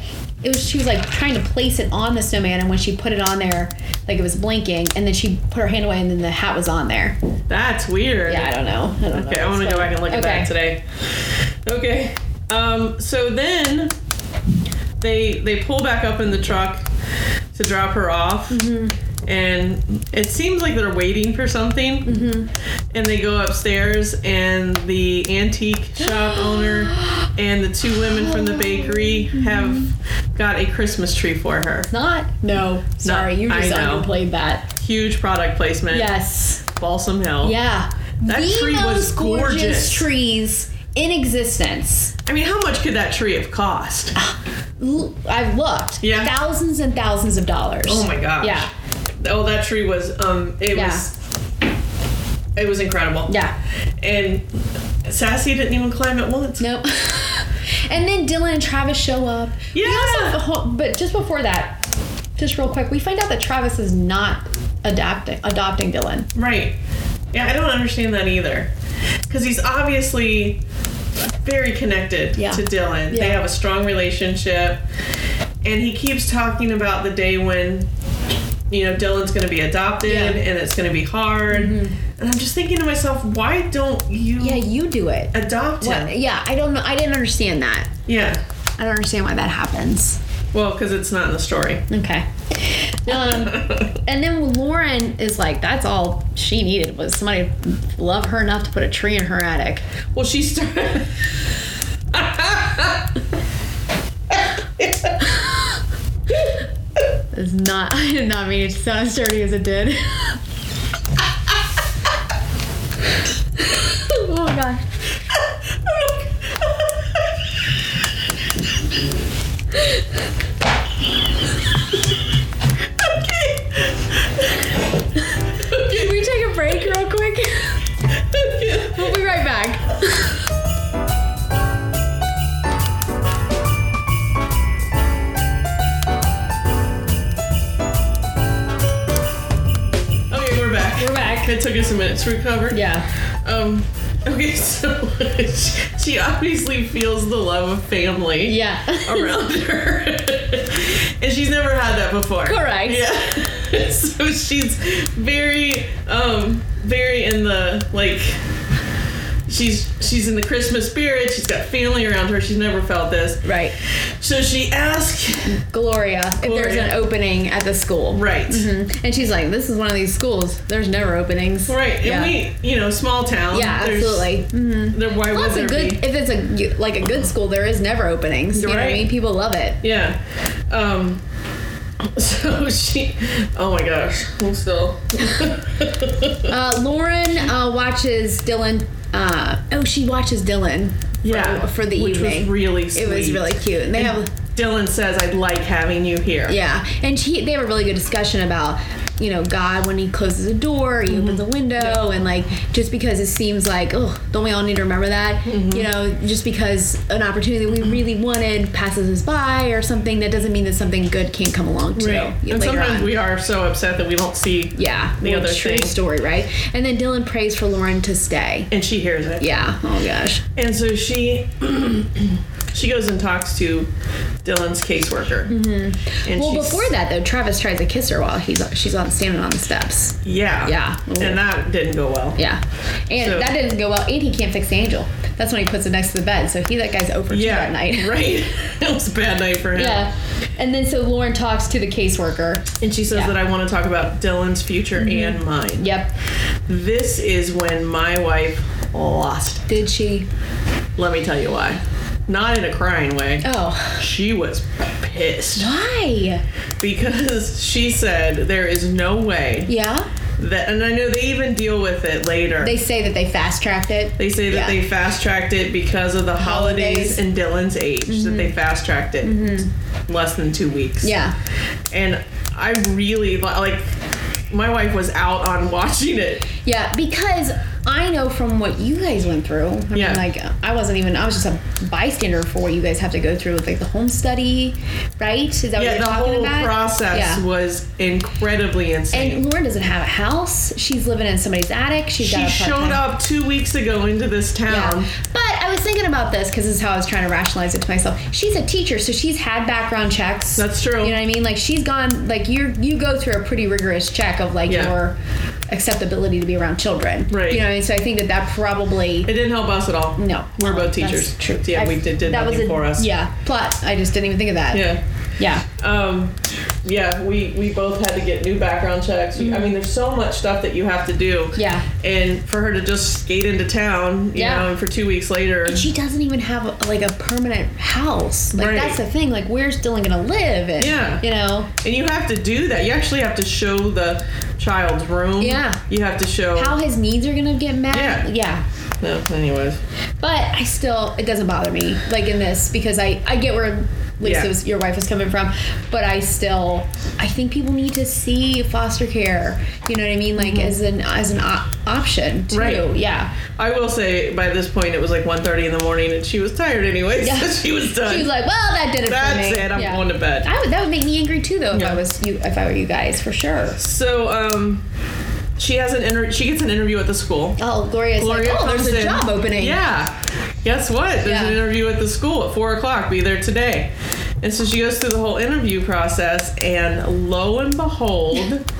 S2: it was she was like trying to place it on the snowman, and when she put it on there, like it was blinking, and then she put her hand away, and then the hat was on there.
S1: That's weird.
S2: Yeah, I don't know. I don't know.
S1: Okay, I want to go back and look at
S2: Okay.
S1: that today. Okay. Um, so then they they pull back up in the truck to drop her off.
S2: Mm-hmm.
S1: And it seems like they're waiting for something.
S2: Mm-hmm.
S1: And they go upstairs, and the antique shop owner and the two women from the bakery
S2: Mm-hmm.
S1: have got a Christmas tree for her.
S2: Not no. Sorry, you
S1: I
S2: just
S1: know.
S2: underplayed that.
S1: Huge product placement.
S2: Yes.
S1: Balsam Hill.
S2: Yeah.
S1: That
S2: the
S1: tree
S2: most
S1: was
S2: gorgeous.
S1: gorgeous.
S2: trees in existence.
S1: I mean, how much could that tree have cost?
S2: L- I've looked.
S1: Yeah.
S2: Thousands and thousands of dollars.
S1: Oh my gosh.
S2: Yeah.
S1: Oh, that tree was um it
S2: Yeah.
S1: was it was incredible.
S2: Yeah.
S1: And Sassy didn't even climb it once.
S2: Nope. and then Dylan and Travis show up. We
S1: Yeah.
S2: also- but just before that, just real quick, we find out that Travis is not adopting adopting Dylan.
S1: Right. Yeah, I don't understand that either. Cuz he's obviously very connected
S2: Yeah.
S1: to Dylan.
S2: Yeah.
S1: They have a strong relationship. And he keeps talking about the day when you know Dylan's going to be adopted
S2: Yeah. Mm-hmm.
S1: and it's going to be hard. And I'm just thinking to myself, why don't you
S2: Yeah, you do it.
S1: adopt him?
S2: What? Yeah, I don't know. I didn't understand that.
S1: Yeah.
S2: I don't understand why that happens.
S1: Well, because it's not in the story.
S2: Okay. Um, and then Lauren is like, that's all she needed was somebody to love her enough to put a tree in her attic.
S1: Well, she started.
S2: It's not. I did not mean it to sound as dirty as it did. oh my gosh. Can we take a break real quick? we'll be right back.
S1: okay, we're back.
S2: We're back.
S1: It took us a minute to recover.
S2: Yeah.
S1: Um. Okay, so she obviously feels the love of family
S2: Yeah.
S1: around her, and she's never had that before.
S2: Correct.
S1: Yeah. so she's very, um, very in the like. She's she's in the Christmas spirit. She's got family around her. She's never felt this.
S2: Right.
S1: So she asked
S2: Gloria, if there's
S1: Gloria.
S2: an opening at the school.
S1: Right.
S2: Mhm. And she's like, this is one of these schools. There's never openings.
S1: Right. And
S2: yeah.
S1: we, you know, small town.
S2: Yeah,
S1: there's-
S2: absolutely. hmm
S1: There, why
S2: Well,
S1: would
S2: it's a
S1: there
S2: good.
S1: be?
S2: If it's a you- like a good school, there is never openings. You know what I
S1: Right.
S2: mean? People love it.
S1: Yeah. Um, so she, oh my gosh, I'm still.
S2: Uh, Lauren uh, watches Dylan. Uh, oh, she watches Dylan. for- for, the
S1: which
S2: evening.
S1: was really sweet.
S2: it was really cute, and they have
S1: Dylan says, "I'd like having you here."
S2: yeah, and she they have a really good discussion about you know God when He closes a door,
S1: Mm-hmm.
S2: He opens a window, and like just because it seems like oh don't we all need to remember that
S1: Mm-hmm.
S2: you know just because an opportunity that we really wanted passes us by or something that doesn't mean that something good can't come along too.
S1: Right.
S2: later
S1: And sometimes
S2: on.
S1: we are so upset that we don't see.
S2: yeah
S1: The
S2: well,
S1: other
S2: true
S1: thing.
S2: story right, and then Dylan prays for Lauren to stay.
S1: And she hears it.
S2: Yeah. Oh gosh.
S1: And so she, she goes and talks to Dylan's caseworker. Mm-hmm. And
S2: Well,
S1: she's-
S2: before that though, Travis tries to kiss her while he's she's on standing on the steps.
S1: Yeah.
S2: Yeah.
S1: And that didn't go well.
S2: Yeah, and
S1: So-
S2: that didn't go well. And he can't fix Angel. That's when he puts it next to the bed. So he that guy's over
S1: Yeah.
S2: that night.
S1: Right. it was a bad night for him.
S2: Yeah, and then so Lauren talks to the caseworker.
S1: And she says
S2: Yeah. Mm-hmm.
S1: that I want to talk about Dylan's future and mine.
S2: Yep.
S1: This is when my wife lost.
S2: Did she?
S1: it. Let me tell you why. Not in a crying way.
S2: Oh,
S1: She was pissed
S2: why?
S1: because she said there is no way
S2: Yeah.
S1: that, and I know they even deal with it later.
S2: They say that they fast tracked it.
S1: They say that
S2: Yeah.
S1: they fast tracked it because of the
S2: Holidays.
S1: holidays,
S2: Mm-hmm.
S1: and Dylan's age. That they fast tracked it less than two weeks.
S2: Yeah.
S1: And I really li- like. My wife was out on watching it.
S2: Yeah, because I know from what you guys went through. I mean,
S1: Yeah.
S2: like I wasn't even. I was just a bystander for what you guys have to go through with like the home study, right? Is that what
S1: Yeah,
S2: Oh, you're
S1: the
S2: talking
S1: whole
S2: about?
S1: process
S2: Yeah.
S1: was incredibly insane.
S2: And Lauren doesn't have a house. She's living in somebody's attic. She's
S1: she
S2: got a
S1: showed
S2: part-time-
S1: up two weeks ago into this town.
S2: Yeah. But I was thinking about this because this is how I was trying to rationalize it to myself. She's a teacher, so she's had background checks.
S1: That's true.
S2: You know what I mean? Like she's gone. Like you, are you go through a pretty rigorous check of like
S1: Yeah.
S2: your acceptability to be around children.
S1: Right.
S2: You know. What I mean? So I think that that probably.
S1: It didn't help us at all.
S2: No,
S1: We're both
S2: Oh, That's
S1: teachers.
S2: True.
S1: Yeah,
S2: I-
S1: we did, did
S2: that was
S1: nothing
S2: a-
S1: for us.
S2: Yeah, plot. I just didn't even think of that.
S1: Yeah.
S2: yeah.
S1: Um, yeah, we we both had to get new background checks. We- I mean, there's so much stuff that you have to do.
S2: Mm-hmm. Yeah.
S1: And for her to just skate into town, you
S2: Yeah.
S1: know, and for two weeks later,
S2: She doesn't even have like a permanent house. Like
S1: Right.
S2: that's the thing. Like where's Dylan gonna live? And,
S1: Yeah.
S2: You know
S1: and you have to do that. You actually have to show the child's room.
S2: Yeah.
S1: You have to show.
S2: how his needs are gonna get met.
S1: Yeah.
S2: yeah.
S1: No, anyways.
S2: But I still, it doesn't bother me, like in this, because I, I get where Lisa,
S1: Yeah.
S2: was, your wife, was coming from, but I still, I think people need to see foster care. You know what I mean, like as an as an op- option too.
S1: Mm-hmm. Right.
S2: Yeah.
S1: I will say, by this point, it was like 1.30 in the morning, and she was tired anyway,
S2: Yeah.
S1: so she was done.
S2: She was like, well, that did it for me.
S1: That's it. I'm
S2: Yeah.
S1: going to bed.
S2: I would, that would make me angry too, though, if
S1: Yeah.
S2: I was you, if I were you guys, for sure.
S1: So, um, she has an inter- she gets an interview at the school.
S2: Oh, Gloria's
S1: Gloria
S2: like, oh, there's
S1: comes
S2: a
S1: in.
S2: job opening.
S1: Yeah. Guess what? There's
S2: Yeah.
S1: an interview at the school at four o'clock. Be there today. And so she goes through the whole interview process, and lo and behold,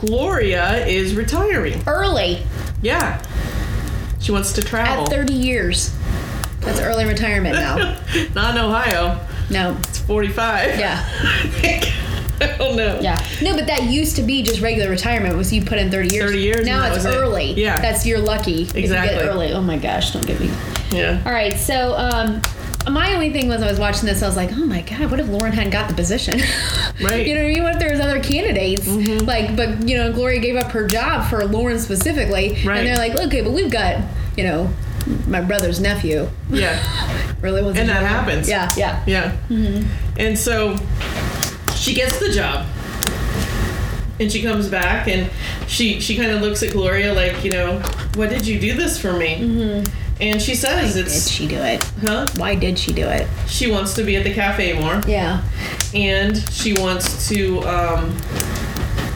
S1: Gloria is retiring.
S2: Early
S1: Yeah. She wants to travel.
S2: at 30 years. Oh. That's early retirement now.
S1: Not in Ohio.
S2: no.
S1: It's 45.
S2: Yeah.
S1: I don't know.
S2: Yeah. No, but that used to be just regular retirement was you put in 30 years.
S1: 30 years and
S2: Now
S1: that
S2: it's
S1: was it.
S2: early.
S1: Yeah.
S2: That's you're lucky. if you get
S1: Exactly.
S2: early. Oh my gosh, don't get me.
S1: Yeah.
S2: All right. So, um my only thing was I was watching this I was like, "Oh my god, what if Lauren hadn't got the position?"
S1: Right. Mm-hmm.
S2: you know what I mean? What if there was other candidates? Like, but you know, Gloria gave up her job for Lauren specifically,
S1: Right.
S2: and they're like, "Okay, but we've got, you know, my brother's nephew."
S1: Yeah.
S2: Really wasn't
S1: And that
S2: sure.
S1: happens.
S2: Yeah, Mm-hmm. yeah.
S1: Yeah. And so she gets the job. And she comes back and she she kind of looks at Gloria like, you know, what did you do this for me?
S2: Mm-hmm.
S1: And she says
S2: Did
S1: it's
S2: she do it?
S1: huh?
S2: Why did she do it?
S1: She wants to be at the cafe more
S2: Yeah.
S1: and she wants to um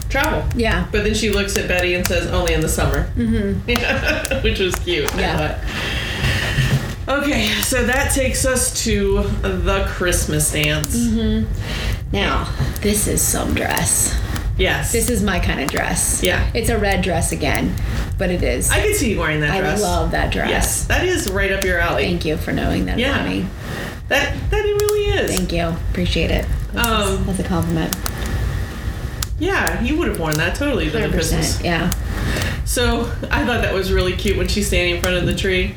S1: travel.
S2: Yeah.
S1: But then she looks at Betty and says, "Only in the summer," mm-hmm. which was cute. I
S2: Yeah.
S1: thought. Okay, so that takes us to the Christmas dance.
S2: Mm-hmm. Now, this is some dress.
S1: Yes.
S2: This is my kind of dress.
S1: Yeah.
S2: It's a red dress again, but it is. I,
S1: I could see you wearing that dress.
S2: love that dress.
S1: Yes, that is right up your alley.
S2: Thank you for knowing that
S1: Yeah.
S2: about me.
S1: That that it really is.
S2: Thank you. Appreciate it. That's,
S1: Um,
S2: that's a compliment.
S1: yeah, you would have worn that totally for the
S2: 100%.
S1: Christmas.
S2: Yeah.
S1: So I thought that was really cute when she's standing in front of the tree.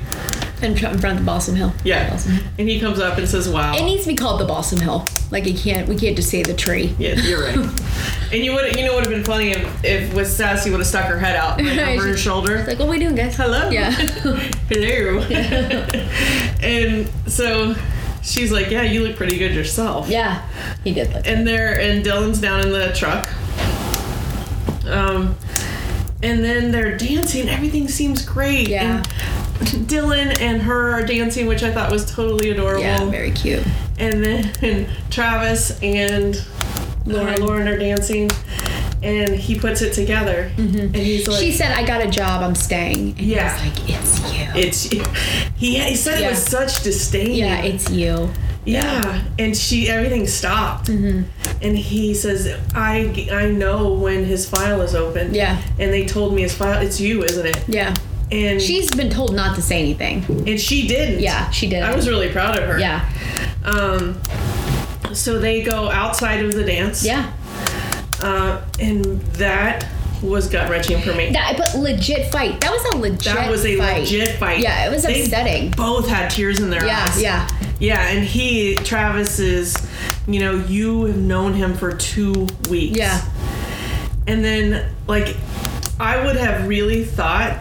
S2: And in front of the Balsam Hill.
S1: Yeah,
S2: Balsam Hill.
S1: and he comes up and says, "Wow."
S2: It needs to be called the Balsam Hill. Like you can't. We can't just say the tree.
S1: Yeah, you're right. and you would you know would have been funny if, if with Sassy would have stuck her head out like,
S2: Right,
S1: over her
S2: she-
S1: shoulder.
S2: Like what are we doing, guys?
S1: Hello.
S2: Yeah.
S1: Hello. and so she's like, "Yeah, you look pretty good yourself."
S2: yeah. He did look.
S1: And they're and Dylan's down in the truck. Um, and then they're dancing. Everything seems great.
S2: Yeah.
S1: And Dylan and her are dancing, which I thought was totally adorable.
S2: yeah. Very cute.
S1: and then and Travis and Lauren.
S2: Lauren.
S1: Lauren are dancing, and he puts it together, and he's like,
S2: Mm-hmm. she said, "I got a job. I'm staying." And
S1: Yeah.
S2: I was like, "It's you."
S1: "It's," he, he said it
S2: Yeah.
S1: with such disdain.
S2: yeah. It's you.
S1: Yeah, and she everything stopped,
S2: Mm-hmm.
S1: and he says, "I I know when his file is open."
S2: Yeah.
S1: and they told me his file. It's you, isn't it?
S2: Yeah.
S1: And she
S2: She's been told not to say anything.
S1: and she didn't.
S2: Yeah, she did.
S1: I was really proud of her.
S2: Yeah.
S1: Um. So they go outside of the dance.
S2: Yeah.
S1: Uh, and that was gut wrenching for me.
S2: That but legit fight. That was a legit
S1: That was a
S2: fight.
S1: legit fight.
S2: Yeah, it was
S1: They
S2: upsetting.
S1: Both had tears in their
S2: Yeah,
S1: eyes.
S2: yeah.
S1: Yeah, and he, Travis, is, you know, you have known him for two weeks.
S2: Yeah.
S1: And then, like, I would have really thought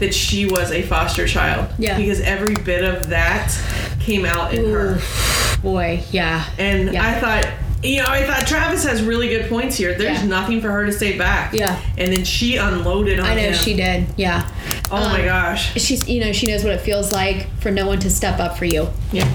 S1: that she was a foster child.
S2: Yeah.
S1: Because every bit of that came out in her.
S2: Oof, boy, yeah.
S1: And
S2: Yeah.
S1: I thought, you know, I thought Travis has really good points here. There's
S2: Yeah.
S1: nothing for her to say back.
S2: Yeah.
S1: And then she unloaded on
S2: I know
S1: him.
S2: she did. Yeah.
S1: Oh my
S2: Um,
S1: gosh.
S2: She's you know, she knows what it feels like for no one to step up for you.
S1: Yeah.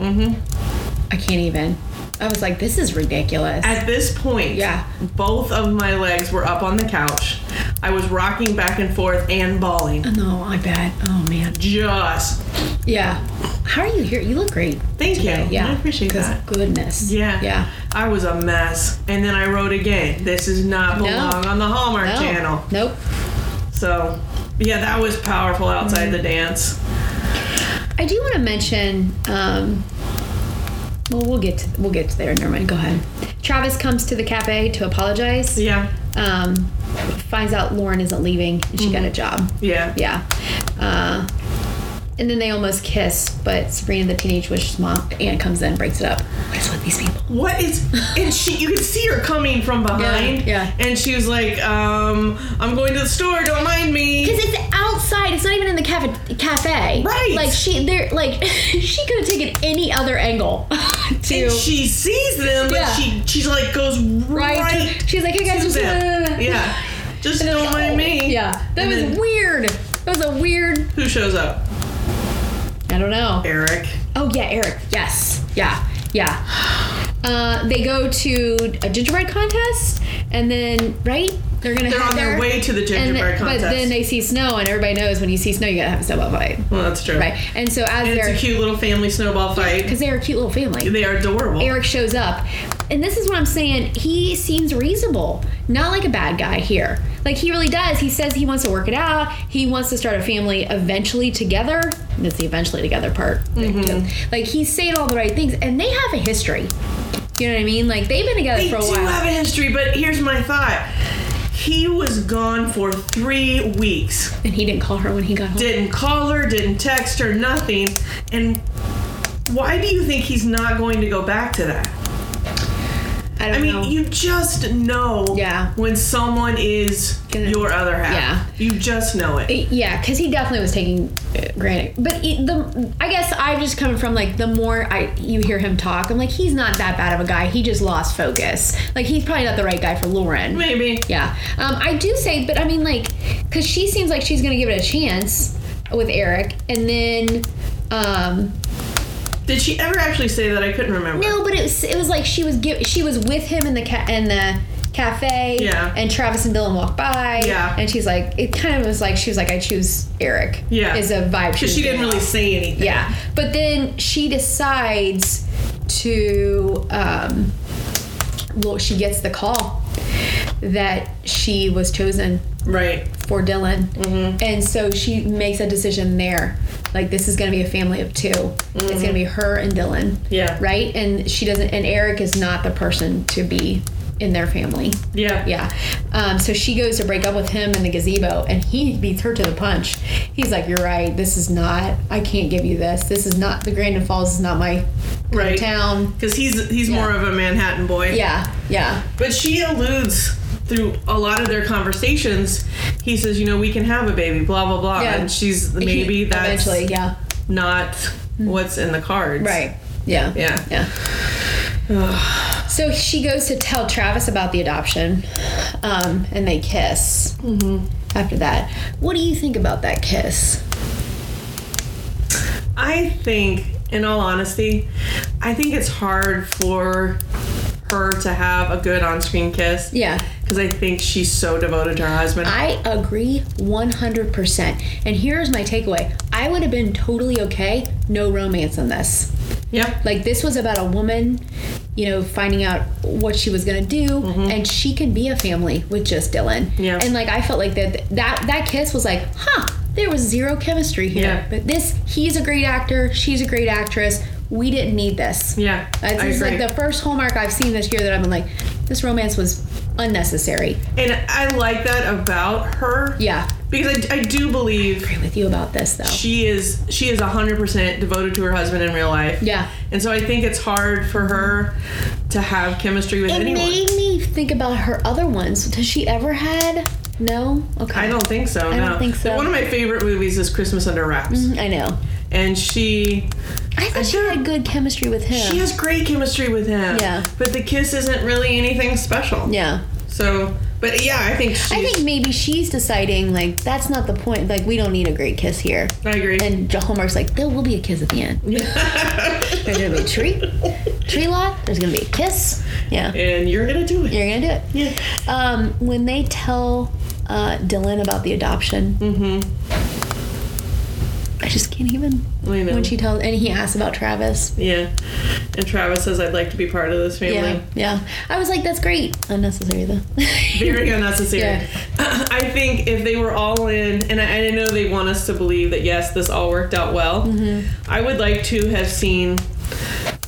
S2: I can't even. I was like, this is ridiculous.
S1: At this point,
S2: Yeah.
S1: both of my legs were up on the couch. I was rocking back and forth and bawling.
S2: no, I bet. Oh man.
S1: Just
S2: Yeah. How are you here? You look great.
S1: thank
S2: today.
S1: you.
S2: Yeah.
S1: I appreciate
S2: 'Cause
S1: that.
S2: Goodness.
S1: Yeah.
S2: Yeah.
S1: I was a mess. And then I wrote again. This is not
S2: No.
S1: belong on the Hallmark
S2: No.
S1: channel.
S2: Nope.
S1: So yeah, that was powerful outside
S2: Mm-hmm.
S1: the dance.
S2: I do want to mention. Um, well, we'll get to, we'll get to there. Never mind. Go ahead. Travis comes to the cafe to apologize.
S1: Yeah.
S2: Um, finds out Lauren isn't leaving and she
S1: Mm-hmm.
S2: got a job.
S1: Yeah.
S2: Yeah. Uh, and then they almost kiss, but Sabrina the Teenage Witch's mom aunt comes in, breaks it up. What is with these people?
S1: What is? And she, you could see her coming from behind.
S2: yeah.
S1: And she was like, um, "I'm going to the store. Don't mind me."
S2: Because it's outside. It's not even in the cafe. cafe.
S1: Right.
S2: Like she, they're like, she could have taken any other angle to.
S1: And she sees them, but
S2: Yeah.
S1: she she like goes
S2: right.
S1: right.
S2: She's like, hey guys,
S1: to
S2: just
S1: them. Yeah. Just
S2: And they're
S1: don't
S2: like,
S1: mind
S2: "Oh."
S1: me.
S2: Yeah. That
S1: And
S2: was
S1: then-
S2: weird. That was a weird.
S1: Who shows up?
S2: I don't know.
S1: Eric.
S2: Oh yeah, Eric. Yes. Yeah. Yeah. Uh, they go to a gingerbread contest, and then right, they're gonna.
S1: They're
S2: have
S1: on their way to the
S2: and
S1: gingerbread
S2: then-
S1: contest.
S2: But then they see snow, and everybody knows when you see snow, you gotta have a snowball fight,
S1: well, that's true.
S2: right? And so as
S1: And it's
S2: they're
S1: a cute little family snowball fight.
S2: because they're a cute little family,
S1: They are adorable.
S2: Eric shows up, and this is what I'm saying. He seems reasonable, not like a bad guy here. Like he really does. He says he wants to work it out. He wants to start a family eventually together. That's the eventually together part.
S1: Mm-hmm.
S2: Like he's saying all the right things, and they have a history. You know what I mean? Like they've been together
S1: They
S2: for a
S1: do
S2: while.
S1: have a history, but here's my thought. He was gone for three weeks.
S2: and he didn't call her when he got home.
S1: Didn't call her, didn't text her, nothing. And why do you think he's not going to go back to that?
S2: I don't
S1: I mean,
S2: know.
S1: you just know
S2: Yeah.
S1: when someone is
S2: Gonna-
S1: your other half.
S2: Yeah.
S1: You just know it.
S2: yeah, because he definitely was taking uh, granted. But he, the I guess I'm just coming from like the more I you hear him talk, I'm like he's not that bad of a guy. He just lost focus. Like he's probably not the right guy for Lauren.
S1: Maybe.
S2: Yeah, um, I do say, but I mean like, because she seems like she's gonna give it a chance with Eric, and then. Um,
S1: Did she ever actually say that? I couldn't remember.
S2: no, but it was it was like she was give, she was with him in the ca- in the cafe.
S1: Yeah.
S2: And Travis and Dylan walked by.
S1: Yeah.
S2: And she's like, it kind of was like she was like, I choose Eric.
S1: Yeah.
S2: Is a vibe
S1: Because she didn't
S2: was giving
S1: really
S2: off.
S1: say anything.
S2: Yeah, but then she decides to. Um, well, she gets the call that she was chosen
S1: Right.
S2: for Dylan,
S1: Mm-hmm.
S2: and so she makes a decision there. Like this is going to be a family of 2 It's
S1: Mm-hmm.
S2: going to be her and Dylan.
S1: Yeah.
S2: Right, and she doesn't. And Eric is not the person to be in their family.
S1: Yeah.
S2: Yeah. Um, so she goes to break up with him in the gazebo, and he beats her to the punch. He's like, "You're right. This is not. I can't give you this. This is not the Grandin Falls. Is not my
S1: Right.
S2: town."
S1: Because he's he's more of a Manhattan boy.
S2: Yeah. Yeah.
S1: But she alludes through a lot of their conversations. He says, you know, we can have a baby, blah blah blah,
S2: Yeah.
S1: and she's maybe that's
S2: eventually. Yeah.
S1: not what's in the cards.
S2: Right. Yeah.
S1: Yeah.
S2: Yeah. so she goes to tell Travis about the adoption, um, and they kiss.
S1: Mm-hmm.
S2: After that, what do you think about that kiss?
S1: I think, in all honesty, I think it's hard for her to have a good on-screen kiss.
S2: Yeah.
S1: Because I think she's so devoted to her husband.
S2: I agree 100%. And here's my takeaway I would have been totally okay, no romance in this.
S1: yeah.
S2: Like, this was about a woman, you know, finding out what she was gonna do, and she can be a family with just Dylan.
S1: Mm-hmm. Yeah.
S2: And like, I felt like that that that kiss was like, huh, there was zero chemistry here.
S1: Yeah.
S2: But this, he's a great actor, she's a great actress. We didn't need this.
S1: Yeah.
S2: Uh, This
S1: I
S2: is like
S1: agree.
S2: the first hallmark I've seen this year that I've been like, this romance was unnecessary.
S1: and I like that about her.
S2: Yeah.
S1: Because I, I do believe
S2: Agree with you about this though.
S1: she is she is 100% devoted to her husband in real life
S2: Yeah.
S1: and so i think it's hard for her to have chemistry with
S2: It
S1: anyone
S2: made me think about her other ones. Has she ever had? No. Okay.
S1: i don't think so no
S2: don't think so. Mm-hmm.
S1: one of my favorite movies is christmas under wraps
S2: I know.
S1: and she
S2: I thought she
S1: don't-
S2: had good chemistry with him.
S1: she has great chemistry with him
S2: Yeah.
S1: but the kiss isn't really anything special
S2: yeah.
S1: so but yeah i think she's,
S2: I think maybe she's deciding like that's not the point. Like we don't need a great kiss here.
S1: I agree
S2: And Jo- Hallmark's like there will be a kiss at the end. There's gonna be a tree, tree lot. There's gonna be a kiss. Yeah.
S1: and you're gonna do it
S2: You're gonna do it.
S1: yeah
S2: Um, when they tell uh, Dylan about the adoption, mm-hmm. I just can't even.
S1: I know.
S2: When she tells, and he asks about Travis.
S1: yeah and travis says i'd like to be part of this family
S2: Yeah, yeah. I was like, that's great. Unnecessary though.
S1: very unnecessary.
S2: Yeah.
S1: I think if they were all in, and I, I know they
S2: Mm-hmm.
S1: want us to believe that yes, this all worked out well. I would like to have seen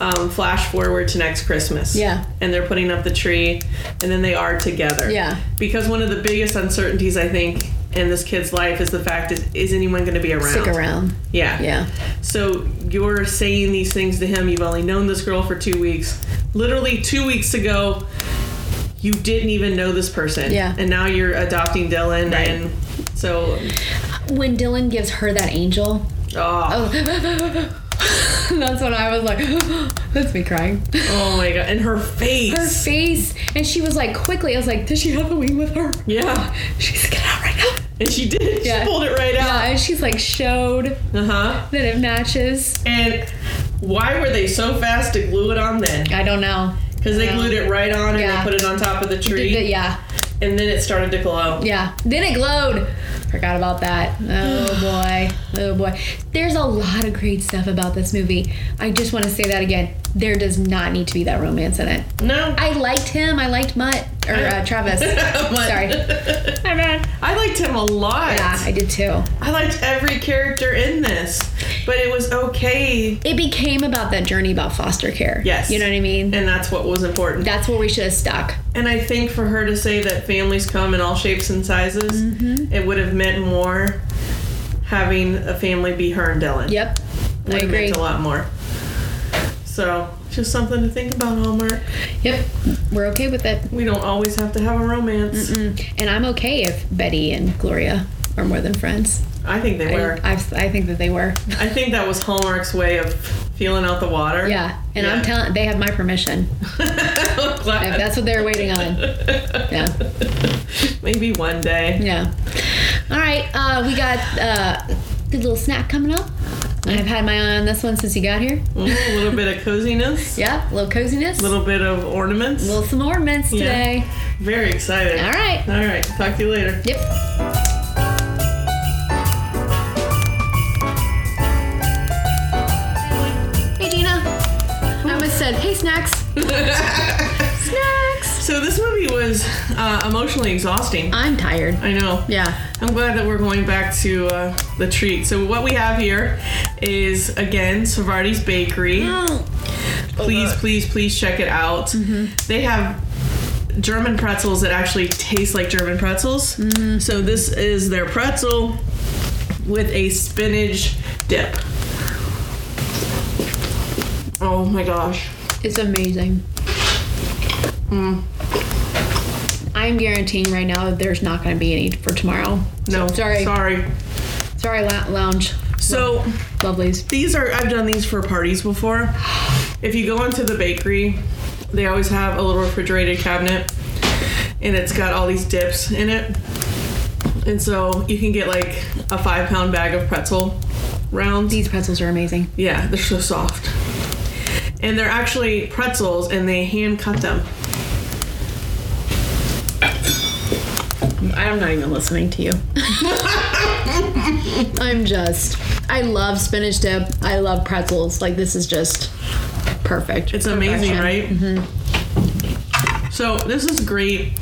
S1: um, flash forward to next Christmas.
S2: Yeah.
S1: And they're putting up the tree, and then they are together.
S2: Yeah.
S1: Because one of the biggest uncertainties I think in this kid's life is the fact is is anyone going to be around?
S2: Stick around.
S1: Yeah.
S2: Yeah.
S1: So you're saying these things to him. You've only known this girl for two weeks. Literally two weeks ago, you didn't even know this person.
S2: Yeah.
S1: And now you're adopting Dylan,
S2: Right.
S1: and so,
S2: When Dylan gives her that angel,
S1: oh,
S2: that's when I was like, that's me crying.
S1: oh my god, and her face.
S2: Her face, and she was like, quickly, I was like, does she have a wing with her?
S1: Yeah.
S2: She's get out right now.
S1: And she did.
S2: Yeah.
S1: She pulled it right
S2: Yeah,
S1: out.
S2: and she's like showed
S1: Uh huh.
S2: that it matches.
S1: And why were they so fast to glue it on then?
S2: I don't know.
S1: Because they
S2: Yeah.
S1: glued it right on and
S2: Yeah.
S1: they put it on top of the
S2: Th- th-
S1: tree,
S2: yeah,
S1: and then it started to glow.
S2: yeah. Then it glowed. Forgot about that. Oh boy. Oh boy. There's a lot of great stuff about this movie. I just want to say that again. There does not need to be that romance in it.
S1: No.
S2: I liked him. I liked Mutt or uh, Travis.
S1: Mutt.
S2: Sorry. Hi, man.
S1: I liked him a lot.
S2: Yeah, I did too.
S1: I liked every character in this, but it was okay,
S2: It became about that journey about foster care.
S1: Yes.
S2: You know what I mean?
S1: and that's what was important.
S2: That's where we should have stuck.
S1: And I think for her to say that families come in all shapes and sizes,
S2: Mm-hmm.
S1: it would have meant more having a family be her and Dylan.
S2: Yep. I
S1: would have
S2: agree.
S1: meant a lot more. So just something to think about, Hallmark.
S2: Yep. We're okay with it.
S1: We don't always have to have a romance.
S2: Mm. And I'm okay if Betty and Gloria are more than friends.
S1: I think they
S2: I,
S1: were.
S2: I, I think that they were.
S1: I think that was Hallmark's way of feeling out the water.
S2: Yeah. And I'm
S1: Yeah.
S2: telling, they have my permission.
S1: I'm
S2: If
S1: glad.
S2: that's what they're waiting on. Yeah.
S1: Maybe one day.
S2: Yeah. All right. Uh, we got uh, good little snack coming up. I've had my eye on this one since you got here.
S1: Mm, a little bit of coziness,
S2: Yeah. A little coziness.
S1: a little bit of ornaments.
S2: little some ornaments
S1: Yeah.
S2: today.
S1: Very excited.
S2: All right.
S1: All right. Talk to you later.
S2: Yep. Hey, Dina. I almost said, hey, snacks. snacks.
S1: So this movie was uh, emotionally exhausting.
S2: I'm tired.
S1: I know.
S2: Uh, Yeah.
S1: I'm glad that we're going back to uh, the treat. So what we have here is again Savardi's Bakery.
S2: Oh,
S1: Please, please, please check it out.
S2: Mm-hmm.
S1: They have German pretzels that actually taste like German pretzels.
S2: Mm-hmm.
S1: So this is their pretzel with a spinach dip. Oh my gosh.
S2: It's amazing. Hmm. I'm guaranteeing right now that there's not going to be any for tomorrow.
S1: No,
S2: Sorry.
S1: Sorry.
S2: Sorry, lou- lounge.
S1: So
S2: Lovelies.
S1: these are I've done these for parties before. If you go into the bakery, they always have a little refrigerated cabinet and it's got all these dips in it. And so you can get like a five pound bag of pretzel rounds.
S2: These pretzels are amazing.
S1: Yeah, they're so soft. And they're actually pretzels and they hand cut them.
S2: I'm not even listening to you. I'm just. I love spinach dip. I love pretzels. Like this is just perfect.
S1: It's amazing,
S2: Perfection.
S1: right? So this is great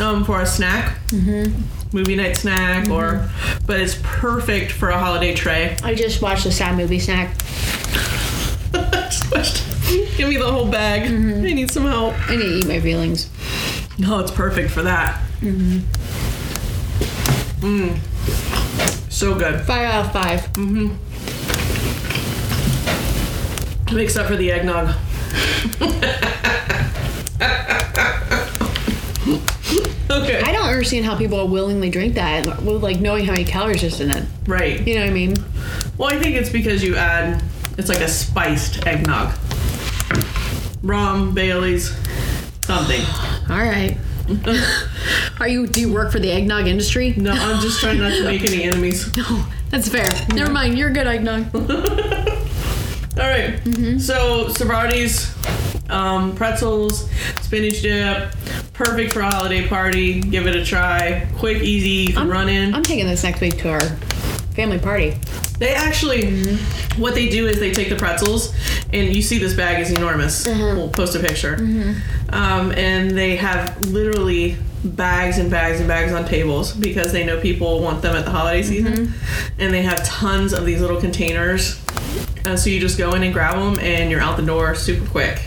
S1: um, for a snack, movie night snack, or but it's perfect for a holiday tray.
S2: I just watched a sad movie snack.
S1: Give me the whole bag. I need some help.
S2: I need to eat my feelings.
S1: No, it's perfect for that. Mm. Mm. So good,
S2: Five out of five.
S1: except for the eggnog. okay,
S2: I don't understand how people willingly drink that with like knowing how many calories is in it.
S1: right.
S2: You know what I mean?
S1: Well, I think it's because you add, it's like a spiced eggnog. Rum, Bailey's, something.
S2: All right. Are you? Do you work for the eggnog industry?
S1: No, I'm just trying not to make any enemies.
S2: No, that's fair. Never mind. You're good eggnog.
S1: All right. So, Savardi's um, pretzels, spinach dip, perfect for a holiday party. Give it a try. Quick, easy, you can run in.
S2: I'm taking this next week to our family party.
S1: They actually, what they do is they take the pretzels, and you see this bag is enormous. We'll post a picture. Um, and they have literally bags and bags and bags on tables because they know people want them at the holiday season. And they have tons of these little containers Uh, so you just go in and grab them, and you're out the door super quick.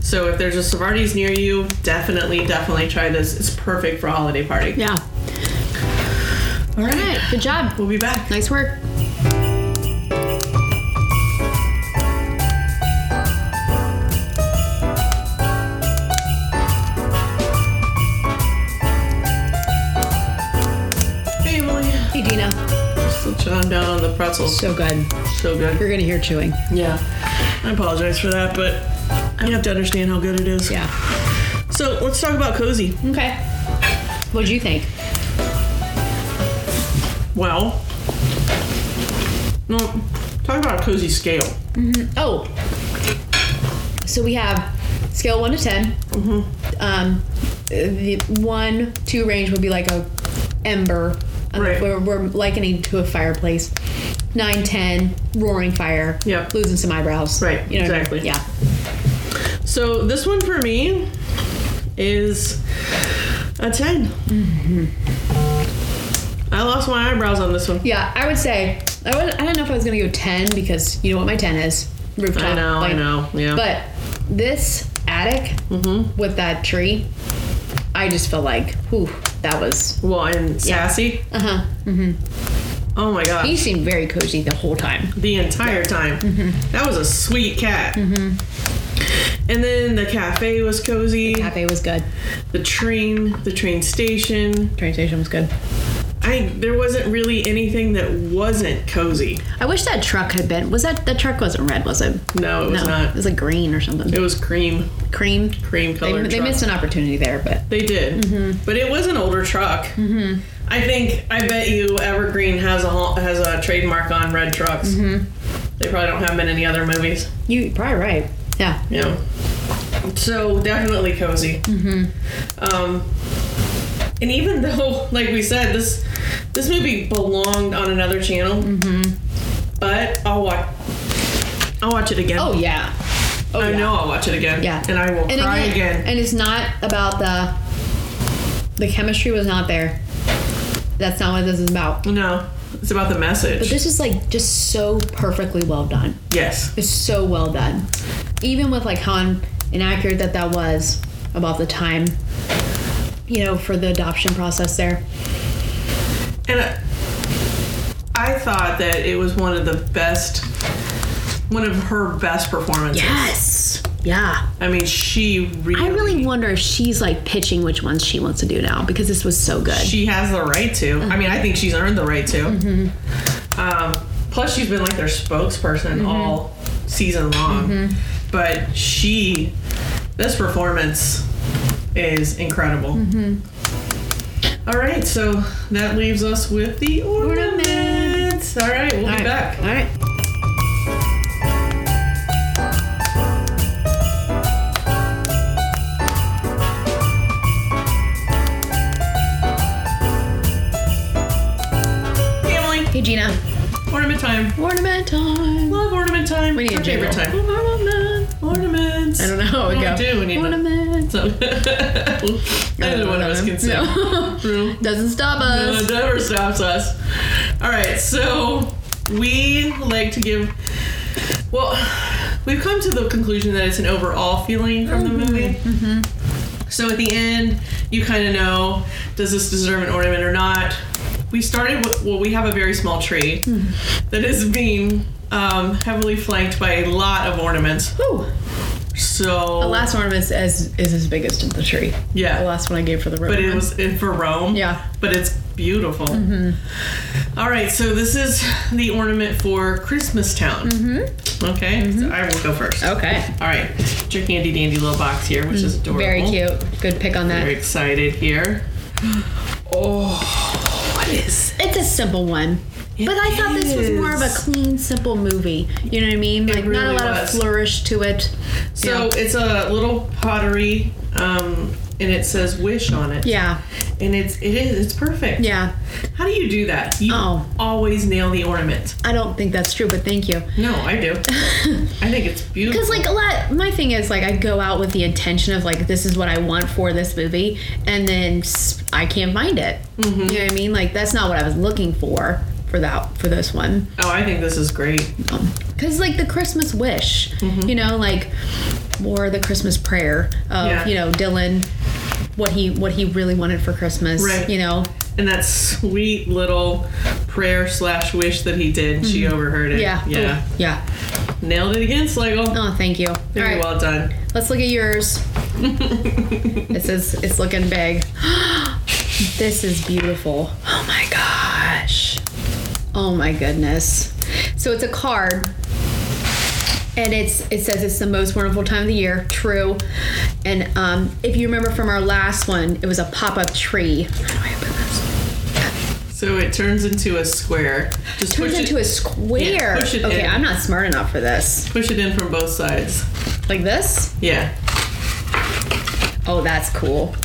S1: So if there's a Savartis near you, definitely, definitely try this. It's perfect for a holiday party.
S2: Yeah.
S1: All
S2: All right. Good job.
S1: We'll be back.
S2: Nice work.
S1: Hey, Emily.
S2: Hey, Dina.
S1: Still chowing down on the pretzels.
S2: So good.
S1: So good.
S2: You're going to hear chewing.
S1: Yeah. I apologize for that, but you have to understand how good it is.
S2: Yeah.
S1: So let's talk about cozy.
S2: Okay. What'd you think?
S1: Well, no, talk about a cozy scale.
S2: Oh. So we have scale one to 10
S1: Mm-hmm.
S2: Um, the one two range would be like a ember. Um,
S1: Right.
S2: We're, we're likening it to a fireplace. Nine, ten, roaring fire.
S1: Yep.
S2: Losing some eyebrows.
S1: Right,
S2: You know what I mean?
S1: exactly. So this one for me is a 10. Mm-hmm. I lost my eyebrows on this one.
S2: Yeah. Yeah. I would say I was. I don't know if I was gonna go ten because you know what my ten is. Rooftop.
S1: I know, I
S2: like-
S1: know. Mm-hmm. Yeah.
S2: But this attic with that tree, I just feel like, whew, that was.
S1: well, and sassy.
S2: Uh huh.
S1: Oh my god.
S2: He seemed very cozy the whole time.
S1: the entire time. That was a sweet cat. And then the cafe was cozy.
S2: Cafe was good.
S1: The train, the train station.
S2: Train station was good.
S1: I there wasn't really anything that wasn't cozy.
S2: I wish that truck had been. Was that the truck wasn't red? Was it?
S1: No, it was
S2: no,
S1: not.
S2: It was like green or something.
S1: It was cream,
S2: Cream.
S1: cream
S2: They,
S1: colored.
S2: they
S1: truck.
S2: missed Mm-hmm. an opportunity there, but
S1: They did, but it was an older truck.
S2: Mm-hmm.
S1: I think I bet you Evergreen has a hol- has a trademark on red trucks.
S2: Mm-hmm.
S1: They probably don't have them in any other movies.
S2: you probably right. Yeah.
S1: Yeah. So definitely cozy.
S2: Mm-hmm.
S1: Um, and even though, like we said, this this movie belonged on another channel, but I'll watch. I'll watch it again.
S2: Mm-hmm. Oh yeah. Oh
S1: I
S2: yeah.
S1: know I'll watch it again.
S2: Yeah.
S1: And I will
S2: And
S1: cry again.
S2: And it's not about the. The chemistry was not there. That's not what this is about.
S1: No, it's about the message.
S2: But this is like just so perfectly well done.
S1: yes.
S2: It's so well done. Even with like how inaccurate that that was about the time, you know, for the adoption process there.
S1: And I, I thought that it was one of the best, one of her best performances.
S2: Yes. Yeah.
S1: I mean, she really,
S2: I really wonder if she's like pitching which ones she wants to do now because this was so good.
S1: she has the right to. I mean,
S2: Mm-hmm.
S1: I think she's earned the right to. Um, plus, she's been like their spokesperson
S2: Mm-hmm.
S1: all season long. But she, this performance is incredible.
S2: Mm-hmm.
S1: All right, so that leaves us with the ornaments. All right, we'll be
S2: All right.
S1: back.
S2: All right.
S1: Family,
S2: Hey Gina.
S1: ornament time.
S2: Ornament time.
S1: Love ornament time.
S2: We need
S1: Our
S2: a
S1: favorite
S2: jingle.
S1: time. Ornament, ornaments.
S2: I don't know how it
S1: We
S2: go.
S1: do, we need to-
S2: Ornament.
S1: So, neither one of us can sing.
S2: No. Doesn't stop
S1: Uh,
S2: us.
S1: It never stops us. All right, so we like to give. Well, we've come to the conclusion that it's an overall feeling from the movie. So at the end, you kind of know does this deserve an ornament or not. We started with, well, we have a very small tree that is being um, heavily flanked by a lot of ornaments.
S2: Whew.
S1: So,
S2: The last ornament is as, is as big as the tree.
S1: yeah.
S2: The last one I gave for the room.
S1: but it was in for Rome.
S2: Yeah. Mm-hmm.
S1: But it's beautiful. All right, so this is the ornament for Christmas Town. Mm-hmm. Okay, so I will go first.
S2: okay.
S1: All right, it's your handy dandy little box here, which is adorable.
S2: Mm, Very cute. Good pick on
S1: Very
S2: that.
S1: excited here. Oh, what is?
S2: It's a simple one. but I thought this was more of a
S1: is.
S2: clean, simple movie. You know what I mean? Like not a
S1: really
S2: lot
S1: was.
S2: of flourish to it.
S1: So it's a little pottery, um, and it says "wish" on it.
S2: Yeah.
S1: And it's it is it's perfect.
S2: Yeah.
S1: How do you do that? You
S2: Oh.
S1: always nail the ornament.
S2: I don't think that's true, but thank you.
S1: No, I do. I think it's beautiful.
S2: Because like a lot, my thing is like I go out with the intention of like this is what I want for this movie,
S1: Mm-hmm.
S2: and then s- I can't find it. You know what I mean? Like that's not what I was looking for for that for this one
S1: Oh, I think this is great.
S2: because like the christmas wish
S1: Mm-hmm.
S2: you know like or the christmas prayer of
S1: Yeah.
S2: you know dylan what he what he really wanted for christmas
S1: Right.
S2: you know
S1: And that sweet little prayer slash wish that he did, she overheard it.
S2: Mm-hmm. yeah
S1: Yeah.
S2: Ooh, yeah
S1: Nailed it again, Slagle.
S2: oh thank you all
S1: Very
S2: right
S1: well done.
S2: let's look at yours this is it's looking big this is beautiful oh my gosh oh my goodness so it's a card and it's it says it's the most wonderful time of the year true and um, if you remember from our last one it was a pop-up tree How do I open this?
S1: So it turns into a square. Just
S2: turns
S1: push
S2: into
S1: it,
S2: a square
S1: Yeah, push it
S2: okay
S1: in.
S2: i'm not smart enough for this
S1: push it in from both sides.
S2: like this
S1: Yeah.
S2: Oh, that's cool.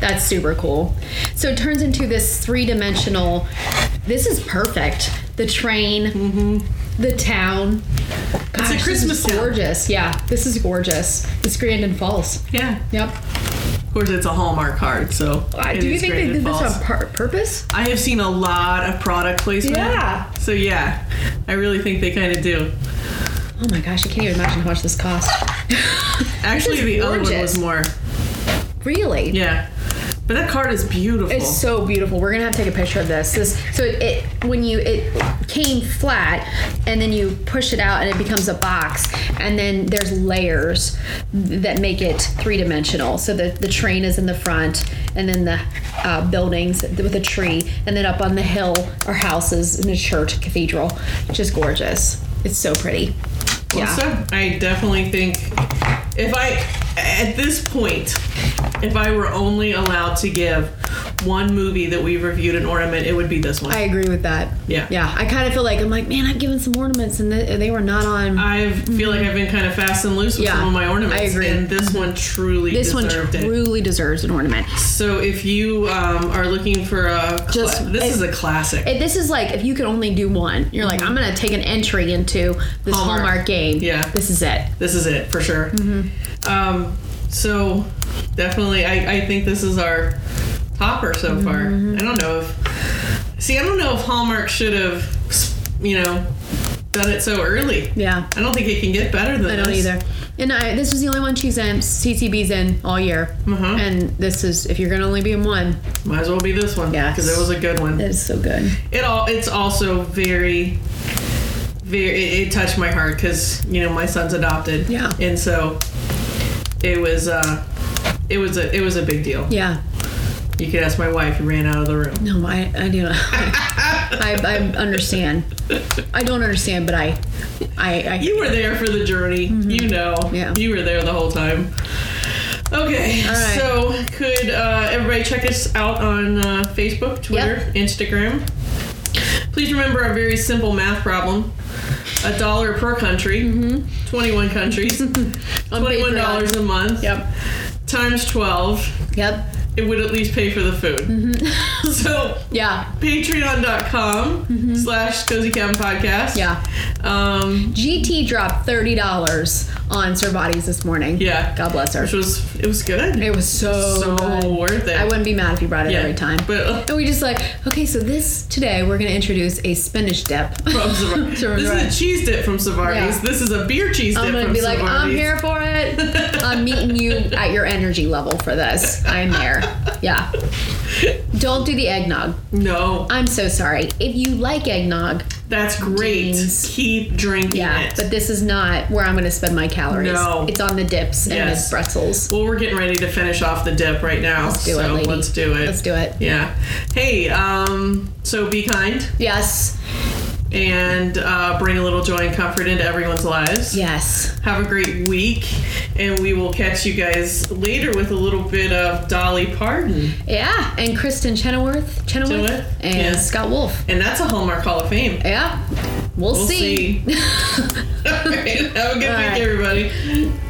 S2: That's super cool. So it turns into this three dimensional. This is perfect. The train, the town. Gosh, this
S1: Mm-hmm. Christmas
S2: is
S1: town.
S2: gorgeous. Yeah, this is gorgeous. It's Grandin Falls.
S1: Yeah.
S2: Yep.
S1: Of course, it's a Hallmark card, so.
S2: Uh,
S1: it
S2: do you
S1: is
S2: think
S1: great
S2: they
S1: and
S2: did this
S1: false.
S2: on pur- purpose?
S1: I have seen a lot of product placement.
S2: Yeah.
S1: So yeah, I really think they kind of do.
S2: Oh my gosh, I can't even imagine how much this cost.
S1: Actually,
S2: is
S1: the other one
S2: gorgeous.
S1: was more.
S2: Really?
S1: Yeah. But that card is beautiful.
S2: It's so beautiful. We're gonna have to take a picture of this. This so it, it when you it came flat and then you push it out and it becomes a box and then there's layers that make it three dimensional. So the the train is in the front and then the uh, buildings with a tree and then up on the hill are houses and a church, cathedral, just gorgeous. It's so pretty. Yeah.
S1: So I definitely think if I, at this point, if I were only allowed to give one movie that we reviewed an ornament, it would be this one.
S2: I agree with that.
S1: Yeah.
S2: Yeah. I kind of feel like I'm like, man, I've given some ornaments and they, they were not on.
S1: I feel like I've been kind of fast and loose with
S2: Mm-hmm. Yeah,
S1: some of my ornaments,
S2: I agree. Mm-hmm.
S1: and this one truly
S2: this one
S1: deserved it.
S2: truly deserves an ornament.
S1: So if you um, are looking for a, cla-
S2: Just-
S1: this
S2: it-
S1: is a classic.
S2: If this is like if you could only do one, you're like, I'm gonna take an entry into this
S1: Mm-hmm. Hallmark.
S2: Hallmark, game.
S1: Yeah.
S2: This is it.
S1: this is it for sure.
S2: Mm-hmm.
S1: Um, so definitely, I, I think this is our topper so
S2: Mm-hmm,
S1: far. I don't know if see, I don't know if Hallmark should have you know done it so early.
S2: Yeah.
S1: I don't think it can get better than
S2: I don't
S1: this.
S2: either. And I, this was the only one she's in CCB's in all year.
S1: Mhm.
S2: And this is if you're gonna only be in one,
S1: Might as well be this one.
S2: Yes.
S1: because it was a good one.
S2: that is so good.
S1: it all it's also very very it, it touched my heart because you know my son's adopted
S2: Yeah.
S1: and so it was uh it was a it was a big deal
S2: Yeah.
S1: you could ask my wife who ran out of the room
S2: No, I I do. I, I understand. I don't understand, but I I, I
S1: you were there for the journey you know
S2: Mm-hmm. Yeah.
S1: you were there the whole time okay
S2: right.
S1: so could uh, everybody check us out on uh, facebook twitter instagram please remember a very simple math problem a dollar per country
S2: Mm-hmm.
S1: 21 countries $21 dollars a month
S2: Yep.
S1: times 12
S2: Yep.
S1: it would at least pay for the food
S2: Mm-hmm.
S1: so
S2: Yeah.
S1: patreon.com slash cozy cabin podcast
S2: Mm-hmm. Yeah.
S1: um
S2: GT dropped thirty dollars on Servati's this morning.
S1: Yeah.
S2: God bless her.
S1: which was it was good
S2: It was so,
S1: So
S2: Oh, good.
S1: worth it.
S2: I wouldn't be mad if you brought it
S1: Yeah,
S2: every time.
S1: but- uh,
S2: and we just like, okay, so this today we're gonna introduce a spinach dip.
S1: from
S2: From
S1: Savarti's. this is a
S2: Savarti's.
S1: cheese dip from Savarti's.
S2: Yeah.
S1: This is a beer cheese dip
S2: I'm gonna
S1: from
S2: be like, I'm
S1: Savarti's.
S2: here for it. I'm meeting you at your energy level for this. I'm there. Yeah. Don't do the eggnog.
S1: No,
S2: I'm so sorry. If you like eggnog,
S1: that's great.
S2: Jeans.
S1: Keep drinking
S2: yeah,
S1: it.
S2: but this is not where I'm gonna spend my calories.
S1: No.
S2: It's on the dips and
S1: Yes.
S2: the pretzels.
S1: well, we're getting ready to finish off the dip right now.
S2: Let's do
S1: so
S2: it, lady.
S1: let's do it.
S2: Let's do it.
S1: Yeah. Hey, um, so be kind
S2: Yes.
S1: and uh, bring a little joy and comfort into everyone's lives.
S2: Yes.
S1: Have a great week, and we will catch you guys later with a little bit of Dolly Parton.
S2: Yeah. And Kristen Chenoweth. Chenoweth.
S1: Chenoweth?
S2: And
S1: Yeah.
S2: Scott Wolf.
S1: And that's a Hallmark Hall of Fame.
S2: Yeah. We'll,
S1: We'll
S2: see.
S1: see. All right, have a good week,
S2: right.
S1: everybody.